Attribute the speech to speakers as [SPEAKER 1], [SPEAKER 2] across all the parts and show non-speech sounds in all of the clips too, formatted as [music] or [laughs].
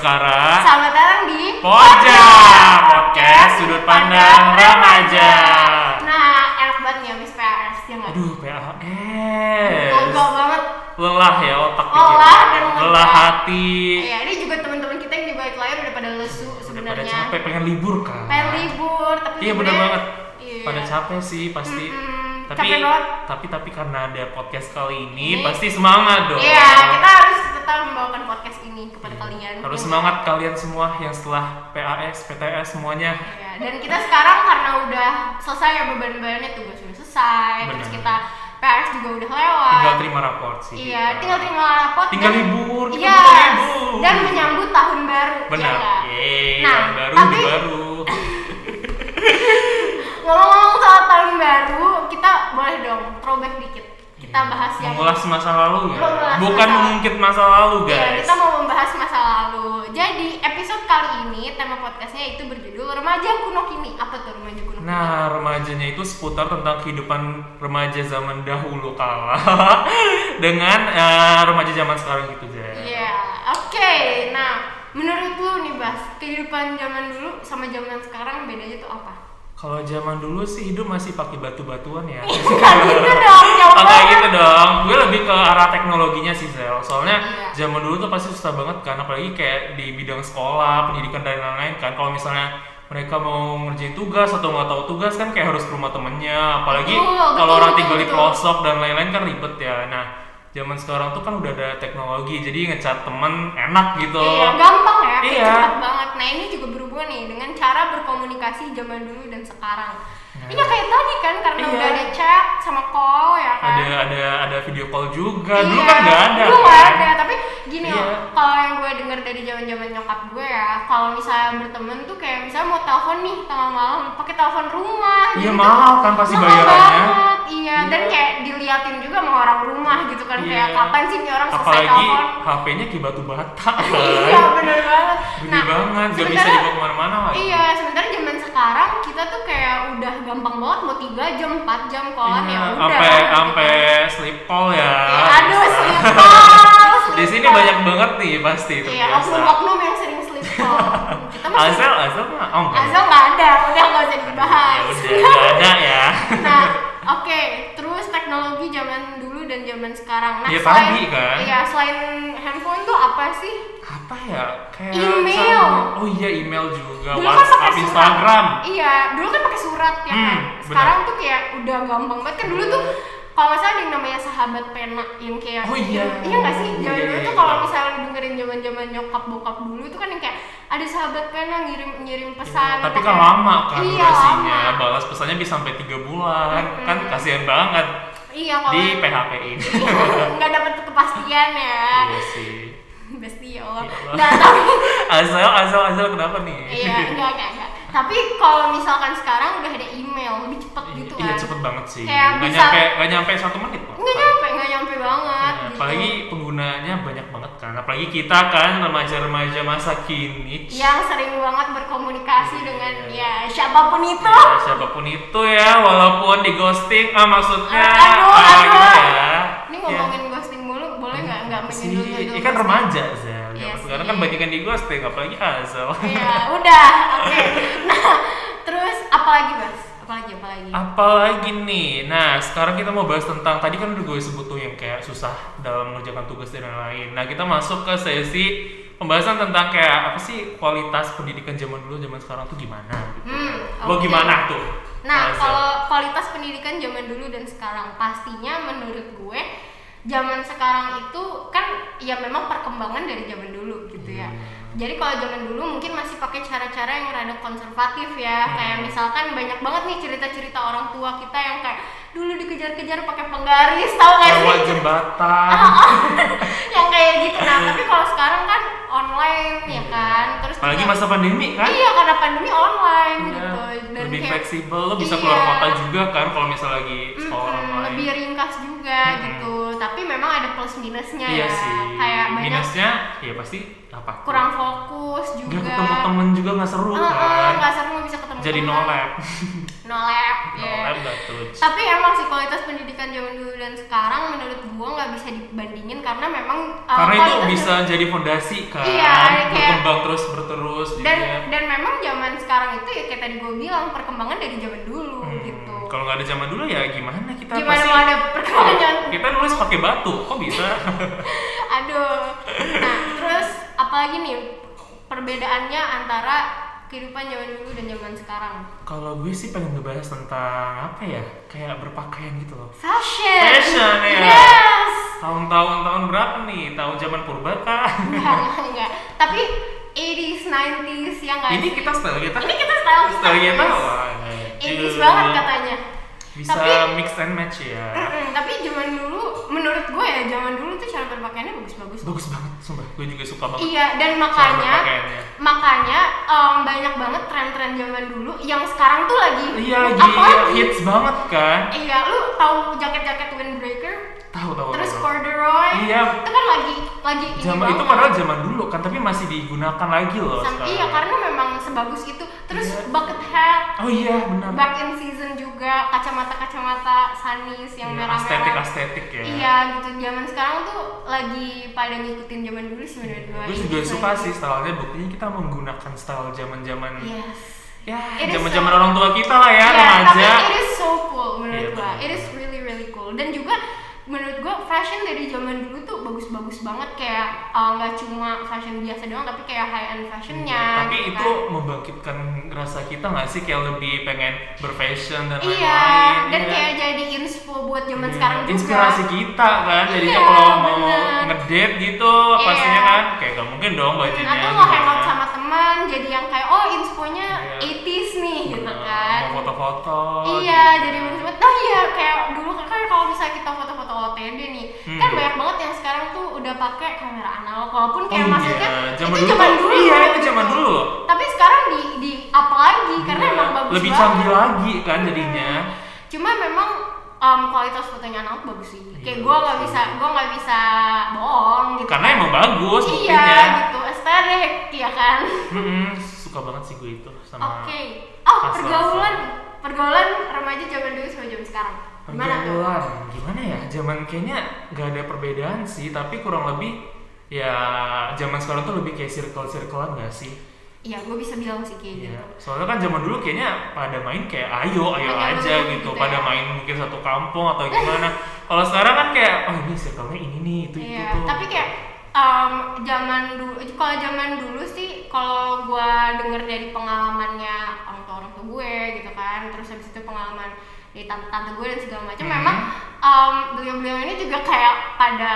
[SPEAKER 1] Nah,
[SPEAKER 2] selamat datang di
[SPEAKER 1] Poja, podcast sudut pandang remaja.
[SPEAKER 2] Nah, enak banget nih habis PRS ya nggak?
[SPEAKER 1] Aduh, PLS.
[SPEAKER 2] Enggak banget.
[SPEAKER 1] Lelah ya otak
[SPEAKER 2] Lelah
[SPEAKER 1] pikiran.
[SPEAKER 2] dan lelah.
[SPEAKER 1] lelah hati.
[SPEAKER 2] Ya, ini juga teman-teman kita yang di balik layar udah pada lesu
[SPEAKER 1] Udah pada
[SPEAKER 2] sebenarnya.
[SPEAKER 1] capek pengen libur kan.
[SPEAKER 2] Pengen libur, tapi
[SPEAKER 1] Iya benar
[SPEAKER 2] sebenarnya-
[SPEAKER 1] banget.
[SPEAKER 2] Iya.
[SPEAKER 1] Pada capek sih pasti.
[SPEAKER 2] Mm-mm,
[SPEAKER 1] Tapi
[SPEAKER 2] capek banget.
[SPEAKER 1] tapi tapi karena ada podcast kali ini,
[SPEAKER 2] Ini-
[SPEAKER 1] pasti semangat dong.
[SPEAKER 2] Iya, kita harus tetap membawakan podcast ini kepada kalian.
[SPEAKER 1] Iya, Harus semangat kalian semua yang setelah PAS, PTS semuanya
[SPEAKER 2] Iya, dan kita sekarang karena udah selesai ya beban-bebannya tugas sudah selesai, terus
[SPEAKER 1] Benar.
[SPEAKER 2] kita PRS juga udah lewat.
[SPEAKER 1] tinggal terima raport sih.
[SPEAKER 2] Iya,
[SPEAKER 1] kita.
[SPEAKER 2] tinggal terima rapot.
[SPEAKER 1] Tinggal
[SPEAKER 2] dan-
[SPEAKER 1] libur, kita
[SPEAKER 2] Iya,
[SPEAKER 1] tinggal libur.
[SPEAKER 2] Dan menyambut tahun baru. iya
[SPEAKER 1] Benar.
[SPEAKER 2] nggak?
[SPEAKER 1] Yeay,
[SPEAKER 2] Nah,
[SPEAKER 1] tahun baru
[SPEAKER 2] tapi-
[SPEAKER 1] hidup baru.
[SPEAKER 2] Ngomong-ngomong soal tahun baru, kita boleh dong throwback dikit. Kita bahas yang Iya,
[SPEAKER 1] Iya, Mengulas masa lalu ya.
[SPEAKER 2] Mengulas
[SPEAKER 1] Bukan
[SPEAKER 2] masa-
[SPEAKER 1] mengungkit masa lalu,
[SPEAKER 2] Iya,
[SPEAKER 1] guys.
[SPEAKER 2] kita mau membahas masa lalu. Jadi episode kali ini tema podcastnya itu berjudul remaja kuno kini. Apa tuh remaja kuno kini?
[SPEAKER 1] Nah, remajanya itu seputar tentang kehidupan remaja zaman dahulu kala [laughs] dengan eh, remaja zaman sekarang gitu, guys.
[SPEAKER 2] Iya, oke. Nah, menurut lu nih Bas, kehidupan zaman dulu sama zaman sekarang bedanya tuh apa?
[SPEAKER 1] Kalau zaman dulu sih hidup masih pakai batu-batuan ya. [laughs]
[SPEAKER 2] Gak gitu dong, jauh
[SPEAKER 1] Oh, kayak
[SPEAKER 2] banget.
[SPEAKER 1] gitu dong. Gue lebih ke arah teknologinya sih, Zel. Soalnya
[SPEAKER 2] Iya.
[SPEAKER 1] zaman dulu tuh pasti susah banget kan, apalagi kayak di bidang sekolah, pendidikan dan lain-lain kan. Kalau misalnya mereka mau ngerjain tugas atau nggak tahu tugas kan kayak harus ke rumah temennya, apalagi
[SPEAKER 2] Betul,
[SPEAKER 1] kalau
[SPEAKER 2] betul,
[SPEAKER 1] orang
[SPEAKER 2] betul,
[SPEAKER 1] tinggal di
[SPEAKER 2] betul.
[SPEAKER 1] pelosok dan lain-lain kan ribet ya. Nah, zaman sekarang tuh kan udah ada teknologi, jadi ngecat temen enak gitu.
[SPEAKER 2] Iya, gampang ya, kayak
[SPEAKER 1] Iya.
[SPEAKER 2] cepet banget. Nah, ini juga berhubungan nih dengan cara berkomunikasi zaman dulu dan sekarang. Iya kayak tadi kan karena
[SPEAKER 1] Iya.
[SPEAKER 2] udah ada chat sama call ya kan. Iya.
[SPEAKER 1] Ada ada ada video call juga. Dulu kan nggak ada.
[SPEAKER 2] Dulu nggak
[SPEAKER 1] kan?
[SPEAKER 2] ada, tapi gini
[SPEAKER 1] Iya.
[SPEAKER 2] loh, kalau yang gue denger dari zaman-zaman nyokap gue ya, kalau misalnya berteman tuh kayak misalnya mau telepon nih tengah malam, pakai telepon rumah.
[SPEAKER 1] Iya,
[SPEAKER 2] gitu.
[SPEAKER 1] mahal kan pasti
[SPEAKER 2] Mahal
[SPEAKER 1] bayarannya.
[SPEAKER 2] banget, Iya, dan
[SPEAKER 1] Iya.
[SPEAKER 2] kayak diliatin juga sama orang rumah gitu kan kayak
[SPEAKER 1] Iya.
[SPEAKER 2] kapan sih nih orang selesai
[SPEAKER 1] Apalagi
[SPEAKER 2] telepon.
[SPEAKER 1] HP-nya kayak batu
[SPEAKER 2] [laughs]
[SPEAKER 1] bata kan.
[SPEAKER 2] Iya bener banget.
[SPEAKER 1] Gede banget, gak bisa
[SPEAKER 2] sementara-
[SPEAKER 1] dibawa kemana-mana lah.
[SPEAKER 2] Nah, Iya, sementara zaman sekarang kita tuh kayak udah gampang banget mau 3 jam, 4 jam kolan ya udah.
[SPEAKER 1] Iya, sampai sampai sleep call ya.
[SPEAKER 2] Ya,
[SPEAKER 1] [laughs]
[SPEAKER 2] aduh,
[SPEAKER 1] Bisa.
[SPEAKER 2] sleep call,
[SPEAKER 1] Di
[SPEAKER 2] sleep
[SPEAKER 1] sini
[SPEAKER 2] call.
[SPEAKER 1] banyak banget nih pasti itu
[SPEAKER 2] Iya,
[SPEAKER 1] biasa.
[SPEAKER 2] oknum-oknum yang sering sleep call.
[SPEAKER 1] [laughs]
[SPEAKER 2] Kita masih
[SPEAKER 1] Azel, Azel mah, oh enggak.
[SPEAKER 2] Azal nggak ada, udah nggak usah dibahas.
[SPEAKER 1] Ya udah, nggak ada ya.
[SPEAKER 2] nah, oke, terus teknologi zaman dulu dan zaman sekarang. Nah,
[SPEAKER 1] Iya,
[SPEAKER 2] selain
[SPEAKER 1] tadi kan.
[SPEAKER 2] Iya, selain handphone tuh apa sih?
[SPEAKER 1] Apa ya? Kayak
[SPEAKER 2] Email.
[SPEAKER 1] sama- Oh iya, email juga,
[SPEAKER 2] Dulu kan
[SPEAKER 1] WhatsApp,
[SPEAKER 2] pakai surat.
[SPEAKER 1] Instagram.
[SPEAKER 2] Iya, dulu kan pakai surat ya
[SPEAKER 1] Hmm,
[SPEAKER 2] kan.
[SPEAKER 1] benar.
[SPEAKER 2] Sekarang tuh kayak udah gampang banget kan dulu tuh kalau misalnya ada yang namanya sahabat pena yang kayak
[SPEAKER 1] Oh iya.
[SPEAKER 2] iya nggak sih
[SPEAKER 1] Iya,
[SPEAKER 2] zaman
[SPEAKER 1] iya,
[SPEAKER 2] dulu
[SPEAKER 1] iya,
[SPEAKER 2] tuh kalau
[SPEAKER 1] benar.
[SPEAKER 2] misalnya dengerin zaman zaman nyokap bokap dulu tuh kan yang kayak ada sahabat pena ngirim ngirim pesan
[SPEAKER 1] Tapi
[SPEAKER 2] gitu
[SPEAKER 1] kan lama kan
[SPEAKER 2] Iya,
[SPEAKER 1] durasinya,
[SPEAKER 2] lama.
[SPEAKER 1] balas pesannya bisa sampai 3 bulan. Kan kasihan banget
[SPEAKER 2] iya kalau Iya.
[SPEAKER 1] di PHP ini.
[SPEAKER 2] [laughs] nggak dapat kepastian ya
[SPEAKER 1] Iya sih.
[SPEAKER 2] Besti ya
[SPEAKER 1] Ya
[SPEAKER 2] Allah.
[SPEAKER 1] Allah.
[SPEAKER 2] Nah, tapi
[SPEAKER 1] Azel, Azel, Azel kenapa nih?
[SPEAKER 2] iya, enggak, enggak, enggak. Tapi kalau misalkan sekarang udah ada email lebih cepet
[SPEAKER 1] [laughs]
[SPEAKER 2] gitu kan.
[SPEAKER 1] Iya cepet banget sih.
[SPEAKER 2] Kayak
[SPEAKER 1] nggak
[SPEAKER 2] bisa-
[SPEAKER 1] nyampe nggak nyampe satu menit kok.
[SPEAKER 2] Enggak nyampe, enggak nyampe banget.
[SPEAKER 1] Nah,
[SPEAKER 2] gitu.
[SPEAKER 1] apalagi penggunanya banyak banget kan. Apalagi kita kan remaja-remaja masa kini.
[SPEAKER 2] yang sering banget berkomunikasi
[SPEAKER 1] Iya,
[SPEAKER 2] dengan ya siapapun itu.
[SPEAKER 1] Ya, siapapun itu ya, walaupun di ghosting, ah maksudnya
[SPEAKER 2] Aduh,
[SPEAKER 1] ah,
[SPEAKER 2] aduh.
[SPEAKER 1] gitu
[SPEAKER 2] Ini
[SPEAKER 1] ya. Ya,
[SPEAKER 2] ngomongin ghosting mulu, boleh nggak nggak
[SPEAKER 1] apa sih?
[SPEAKER 2] menyundul nyundul?
[SPEAKER 1] Ini kan remaja Zel.
[SPEAKER 2] Iya
[SPEAKER 1] Zaman sekarang
[SPEAKER 2] sih.
[SPEAKER 1] kan banyak yang di ghosting, apalagi Azel.
[SPEAKER 2] Iya, udah. Oke. Nah, terus apalagi Bas? Apalagi apalagi?
[SPEAKER 1] Ah, Apalagi nih, nah sekarang kita mau bahas tentang tadi kan udah gue sebut tuh yang kayak susah dalam mengerjakan tugas dan lain-lain. Nah kita masuk ke sesi pembahasan tentang kayak apa sih kualitas pendidikan zaman dulu zaman sekarang tuh gimana? Gitu.
[SPEAKER 2] Hmm,
[SPEAKER 1] Lo
[SPEAKER 2] oke.
[SPEAKER 1] gimana tuh?
[SPEAKER 2] Nah,
[SPEAKER 1] Azza?
[SPEAKER 2] kalau kualitas pendidikan zaman dulu dan sekarang, pastinya menurut gue zaman sekarang itu kan ya memang perkembangan dari zaman dulu gitu
[SPEAKER 1] Iya.
[SPEAKER 2] ya. Jadi kalau zaman dulu mungkin masih pakai cara-cara yang rada konservatif
[SPEAKER 1] Iya.
[SPEAKER 2] ya. Kayak misalkan banyak banget nih cerita-cerita orang tua kita yang kayak dulu dikejar-kejar pakai penggaris, tau gak
[SPEAKER 1] lewat
[SPEAKER 2] sih? Ah,
[SPEAKER 1] jembatan. iya.
[SPEAKER 2] [laughs] yang kayak gitu. Nah, tapi kalau sekarang kan online ya kan. Terus
[SPEAKER 1] Apalagi
[SPEAKER 2] juga-
[SPEAKER 1] masa pandemi kan? Iya,
[SPEAKER 2] Iya, karena pandemi online gitu. Dan
[SPEAKER 1] lebih
[SPEAKER 2] kayak-
[SPEAKER 1] fleksibel, lo bisa keluar
[SPEAKER 2] Iya.
[SPEAKER 1] kota juga kan kalau misal lagi
[SPEAKER 2] Mm-mm,
[SPEAKER 1] sekolah online.
[SPEAKER 2] lebih ya, ringkas juga gitu tapi memang ada plus minusnya ya
[SPEAKER 1] iya sih.
[SPEAKER 2] kayak banyak
[SPEAKER 1] Minusnya, ya pasti apa?
[SPEAKER 2] kurang fokus juga
[SPEAKER 1] Gak ketemu temen juga gak seru
[SPEAKER 2] Eh, eh,
[SPEAKER 1] kan?
[SPEAKER 2] nggak seru Iya. nggak bisa ketemu
[SPEAKER 1] jadi
[SPEAKER 2] teman.
[SPEAKER 1] no lab
[SPEAKER 2] no lab
[SPEAKER 1] no
[SPEAKER 2] ya
[SPEAKER 1] lab gak touch
[SPEAKER 2] tapi emang sih kualitas pendidikan zaman dulu dan sekarang menurut gua nggak bisa dibandingin karena memang eh,
[SPEAKER 1] karena itu
[SPEAKER 2] kualitas-
[SPEAKER 1] bisa jadi fondasi kan
[SPEAKER 2] Iya, kayak-
[SPEAKER 1] berkembang terus berterus iya.
[SPEAKER 2] dan memang zaman sekarang itu ya kayak tadi gue bilang perkembangan dari zaman dulu
[SPEAKER 1] Hmm,
[SPEAKER 2] gitu
[SPEAKER 1] Kalau nggak ada zaman dulu ya gimana kita
[SPEAKER 2] gimana
[SPEAKER 1] pasti Iya.
[SPEAKER 2] mau
[SPEAKER 1] [laughs]
[SPEAKER 2] ada perkembangan zaman
[SPEAKER 1] kita nulis pakai batu kok bisa [laughs]
[SPEAKER 2] aduh nah terus apalagi nih perbedaannya antara kehidupan zaman dulu dan zaman sekarang
[SPEAKER 1] kalau gue sih pengen ngebahas tentang apa ya kayak berpakaian gitu loh
[SPEAKER 2] fashion
[SPEAKER 1] Fashion, ya.
[SPEAKER 2] yes
[SPEAKER 1] tahun-tahun tahun berapa nih tahun zaman purba kah
[SPEAKER 2] enggak enggak, enggak tapi 80s 90s ya enggak
[SPEAKER 1] ini kita style kita
[SPEAKER 2] ini kita style kita
[SPEAKER 1] style kita
[SPEAKER 2] 80s banget katanya
[SPEAKER 1] bisa
[SPEAKER 2] Tapi-
[SPEAKER 1] mix and match ya
[SPEAKER 2] Mm-mm, tapi zaman dulu menurut gue ya zaman dulu tuh cara berpakaiannya bagus-bagus
[SPEAKER 1] bagus banget sumpah gue juga suka banget
[SPEAKER 2] Iya, dan
[SPEAKER 1] cara
[SPEAKER 2] makanya
[SPEAKER 1] berpakaiannya
[SPEAKER 2] makanya em, banyak banget tren-tren zaman dulu yang sekarang tuh lagi
[SPEAKER 1] iya
[SPEAKER 2] apa?
[SPEAKER 1] lagi hits banget kan
[SPEAKER 2] Iya, lu tahu jaket-jaket windbreaker,
[SPEAKER 1] tahu tahu
[SPEAKER 2] terus
[SPEAKER 1] tahu.
[SPEAKER 2] corduroy.
[SPEAKER 1] Oh, Iya.
[SPEAKER 2] Itu kan lagi lagi ini
[SPEAKER 1] zaman itu
[SPEAKER 2] banget.
[SPEAKER 1] padahal zaman dulu kan tapi masih digunakan lagi loh
[SPEAKER 2] Sam-
[SPEAKER 1] sekarang.
[SPEAKER 2] iya, karena memang sebagus itu. Terus
[SPEAKER 1] Iya.
[SPEAKER 2] bucket hat,
[SPEAKER 1] oh iya benar
[SPEAKER 2] back in season juga, kacamata-kacamata sunnies yang
[SPEAKER 1] Iya, estetik
[SPEAKER 2] merah-merah.
[SPEAKER 1] estetik ya
[SPEAKER 2] Iya, gitu. Zaman sekarang tuh lagi pada ngikutin zaman dulu sih menurut Gitu gue.
[SPEAKER 1] gue juga suka Iya. sih stylenya buktinya kita menggunakan style zaman zaman
[SPEAKER 2] Yes.
[SPEAKER 1] ya
[SPEAKER 2] Iya. It is
[SPEAKER 1] zaman zaman
[SPEAKER 2] so-
[SPEAKER 1] orang tua kita lah ya
[SPEAKER 2] Iya, tapi
[SPEAKER 1] remaja
[SPEAKER 2] it is so cool
[SPEAKER 1] Iya,
[SPEAKER 2] menurut gua.
[SPEAKER 1] benar.
[SPEAKER 2] It is really really cool. Dan juga menurut gua fashion dari zaman dulu tuh bagus-bagus banget kayak uh, nggak cuma fashion biasa doang tapi kayak high end fashionnya.
[SPEAKER 1] Iya, tapi
[SPEAKER 2] gitu
[SPEAKER 1] itu membangkitkan rasa kita nggak sih kayak lebih pengen berfashion dan
[SPEAKER 2] kan.
[SPEAKER 1] lain-lain
[SPEAKER 2] Iya, dan
[SPEAKER 1] iya.
[SPEAKER 2] kayak jadi inspo buat zaman sekarang juga.
[SPEAKER 1] inspirasi kita kan jadinya
[SPEAKER 2] Iya,
[SPEAKER 1] kalau mau
[SPEAKER 2] bener.
[SPEAKER 1] ngedate gitu
[SPEAKER 2] Iya.
[SPEAKER 1] pastinya kan kayak gak mungkin dong gitu
[SPEAKER 2] Hmm,
[SPEAKER 1] bajunya
[SPEAKER 2] Atau mau
[SPEAKER 1] gimana.
[SPEAKER 2] hangout sama teman jadi yang kayak oh insponya
[SPEAKER 1] Iya.
[SPEAKER 2] 80s nih gitu
[SPEAKER 1] Bener,
[SPEAKER 2] kan.
[SPEAKER 1] mau foto-foto
[SPEAKER 2] Iya,
[SPEAKER 1] gitu.
[SPEAKER 2] jadi bagus banget. Nah iya, kayak dulu kan kalau misalnya kita foto-foto OTD nih, kan
[SPEAKER 1] Hmm.
[SPEAKER 2] banyak banget yang sekarang tuh udah pakai kamera analog. Walaupun kayak
[SPEAKER 1] Oh
[SPEAKER 2] maksudnya
[SPEAKER 1] iya,
[SPEAKER 2] itu zaman dulu.
[SPEAKER 1] iya itu
[SPEAKER 2] gitu.
[SPEAKER 1] zaman dulu
[SPEAKER 2] Tapi sekarang di di up lagi karena
[SPEAKER 1] Iya,
[SPEAKER 2] emang bagus
[SPEAKER 1] lebih
[SPEAKER 2] banget. Iya.
[SPEAKER 1] canggih lagi kan jadinya
[SPEAKER 2] Cuma memang em, kualitas fotonya analog bagus sih. Kayak
[SPEAKER 1] Iya,
[SPEAKER 2] gue nggak
[SPEAKER 1] bagus.
[SPEAKER 2] bisa gue nggak bisa bohong gitu.
[SPEAKER 1] karena ya. emang bagus
[SPEAKER 2] iya
[SPEAKER 1] buktinya
[SPEAKER 2] gitu, estetik ya kan.
[SPEAKER 1] Mm-mm, suka banget sih gue itu sama
[SPEAKER 2] Oke. Oh,
[SPEAKER 1] Rasa-rasa.
[SPEAKER 2] pergaulan pergaulan remaja zaman dulu sama zaman sekarang. Gimana tuh?
[SPEAKER 1] pergaulan gimana ya zaman kayaknya nggak ada perbedaan sih tapi kurang lebih ya zaman sekarang tuh lebih kayak circle circlean gak sih
[SPEAKER 2] Iya, gue bisa bilang sih kayak
[SPEAKER 1] Iya.
[SPEAKER 2] gitu.
[SPEAKER 1] Soalnya kan zaman dulu kayaknya pada main kayak ayo ayo
[SPEAKER 2] Kayak
[SPEAKER 1] aja
[SPEAKER 2] dulu
[SPEAKER 1] gitu,
[SPEAKER 2] gitu
[SPEAKER 1] pada
[SPEAKER 2] ya.
[SPEAKER 1] main mungkin satu kampung
[SPEAKER 2] [laughs]
[SPEAKER 1] atau gimana. Kalau sekarang kan kayak oh ini circle-nya ini nih itu itu
[SPEAKER 2] Iya,
[SPEAKER 1] tuh.
[SPEAKER 2] tapi kayak em, zaman dulu, kalau zaman dulu sih, kalau gua denger dari pengalamannya orang tua orang tua gue gitu kan, terus habis itu pengalaman dari tante tante gue dan segala macam,
[SPEAKER 1] Mhm.
[SPEAKER 2] memang em, beliau beliau ini juga kayak pada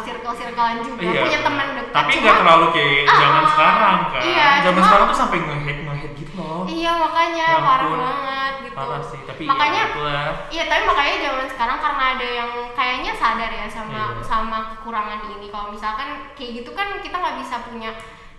[SPEAKER 2] circle circlean juga
[SPEAKER 1] Iya.
[SPEAKER 2] punya teman dekat.
[SPEAKER 1] Tapi
[SPEAKER 2] cuma-
[SPEAKER 1] nggak terlalu kayak
[SPEAKER 2] Ah,
[SPEAKER 1] zaman
[SPEAKER 2] ah,
[SPEAKER 1] sekarang kan.
[SPEAKER 2] iya,
[SPEAKER 1] zaman
[SPEAKER 2] cuma-
[SPEAKER 1] sekarang tuh sampai nge-hate nge-hate gitu loh.
[SPEAKER 2] Iya makanya
[SPEAKER 1] Ya
[SPEAKER 2] parah
[SPEAKER 1] ampun.
[SPEAKER 2] banget gitu.
[SPEAKER 1] Parah sih, tapi
[SPEAKER 2] makanya
[SPEAKER 1] ya, itulah.
[SPEAKER 2] Iya, tapi makanya zaman sekarang karena ada yang kayaknya sadar ya sama
[SPEAKER 1] Iya.
[SPEAKER 2] sama kekurangan ini. Kalau misalkan kayak gitu kan kita nggak bisa punya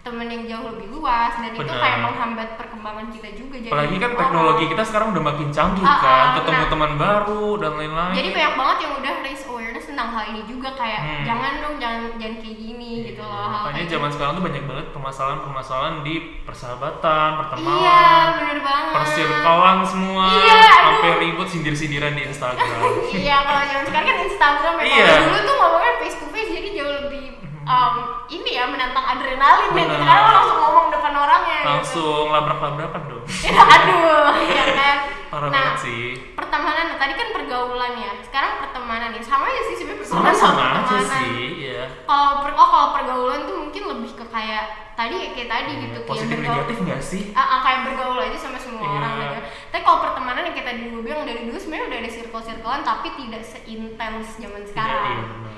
[SPEAKER 2] temen yang jauh lebih luas dan itu
[SPEAKER 1] Benar.
[SPEAKER 2] kayak menghambat perkembangan kita juga. Jadi
[SPEAKER 1] Apalagi kan
[SPEAKER 2] orang-
[SPEAKER 1] teknologi kita sekarang udah makin canggih
[SPEAKER 2] Ah,
[SPEAKER 1] kan,
[SPEAKER 2] ah,
[SPEAKER 1] ketemu
[SPEAKER 2] nah.
[SPEAKER 1] teman baru dan lain-lain.
[SPEAKER 2] Jadi banyak banget yang udah raise awareness tentang hal ini juga kayak
[SPEAKER 1] Hmm. Iya,
[SPEAKER 2] jangan dong jangan jangan kayak gini gitu loh. hal
[SPEAKER 1] Makanya
[SPEAKER 2] kayak
[SPEAKER 1] zaman
[SPEAKER 2] gitu.
[SPEAKER 1] sekarang tuh banyak banget permasalahan-permasalahan di persahabatan, pertemanan.
[SPEAKER 2] Iya, bener banget.
[SPEAKER 1] persirkolan semua
[SPEAKER 2] Iya, aduh.
[SPEAKER 1] sampai ribut sindir-sindiran di Instagram
[SPEAKER 2] iya kalau zaman sekarang kan Instagram ya
[SPEAKER 1] Iya.
[SPEAKER 2] kalau dulu tuh ngomongnya face to face jadi jauh lebih um, ini ya menantang adrenalin dan
[SPEAKER 1] Benar.
[SPEAKER 2] sekarang lo langsung ngomong depan orangnya gitu.
[SPEAKER 1] langsung labrak-labrakan dong
[SPEAKER 2] Ya, [laughs] aduh ya kan
[SPEAKER 1] parah
[SPEAKER 2] nah
[SPEAKER 1] banget sih
[SPEAKER 2] pertemanan tadi kan pergaulan ya sekarang pertemanan ya sama aja sih sebenarnya pergaulan sama,
[SPEAKER 1] sama-sama aja
[SPEAKER 2] pertemanan
[SPEAKER 1] sih ya
[SPEAKER 2] kalau per oh kalau pergaulan tuh mungkin lebih ke kayak tadi kayak tadi gitu kayak
[SPEAKER 1] positif
[SPEAKER 2] bergaul-
[SPEAKER 1] negatif nggak sih
[SPEAKER 2] Ah, ah, kayak bergaul aja sama semua
[SPEAKER 1] Iya.
[SPEAKER 2] orang aja. Tapi kalau pertemanan yang kita dulu bilang dari dulu sebenarnya udah ada circle-circlean tapi tidak seintens zaman
[SPEAKER 1] Iya, iya,
[SPEAKER 2] sekarang.
[SPEAKER 1] benar.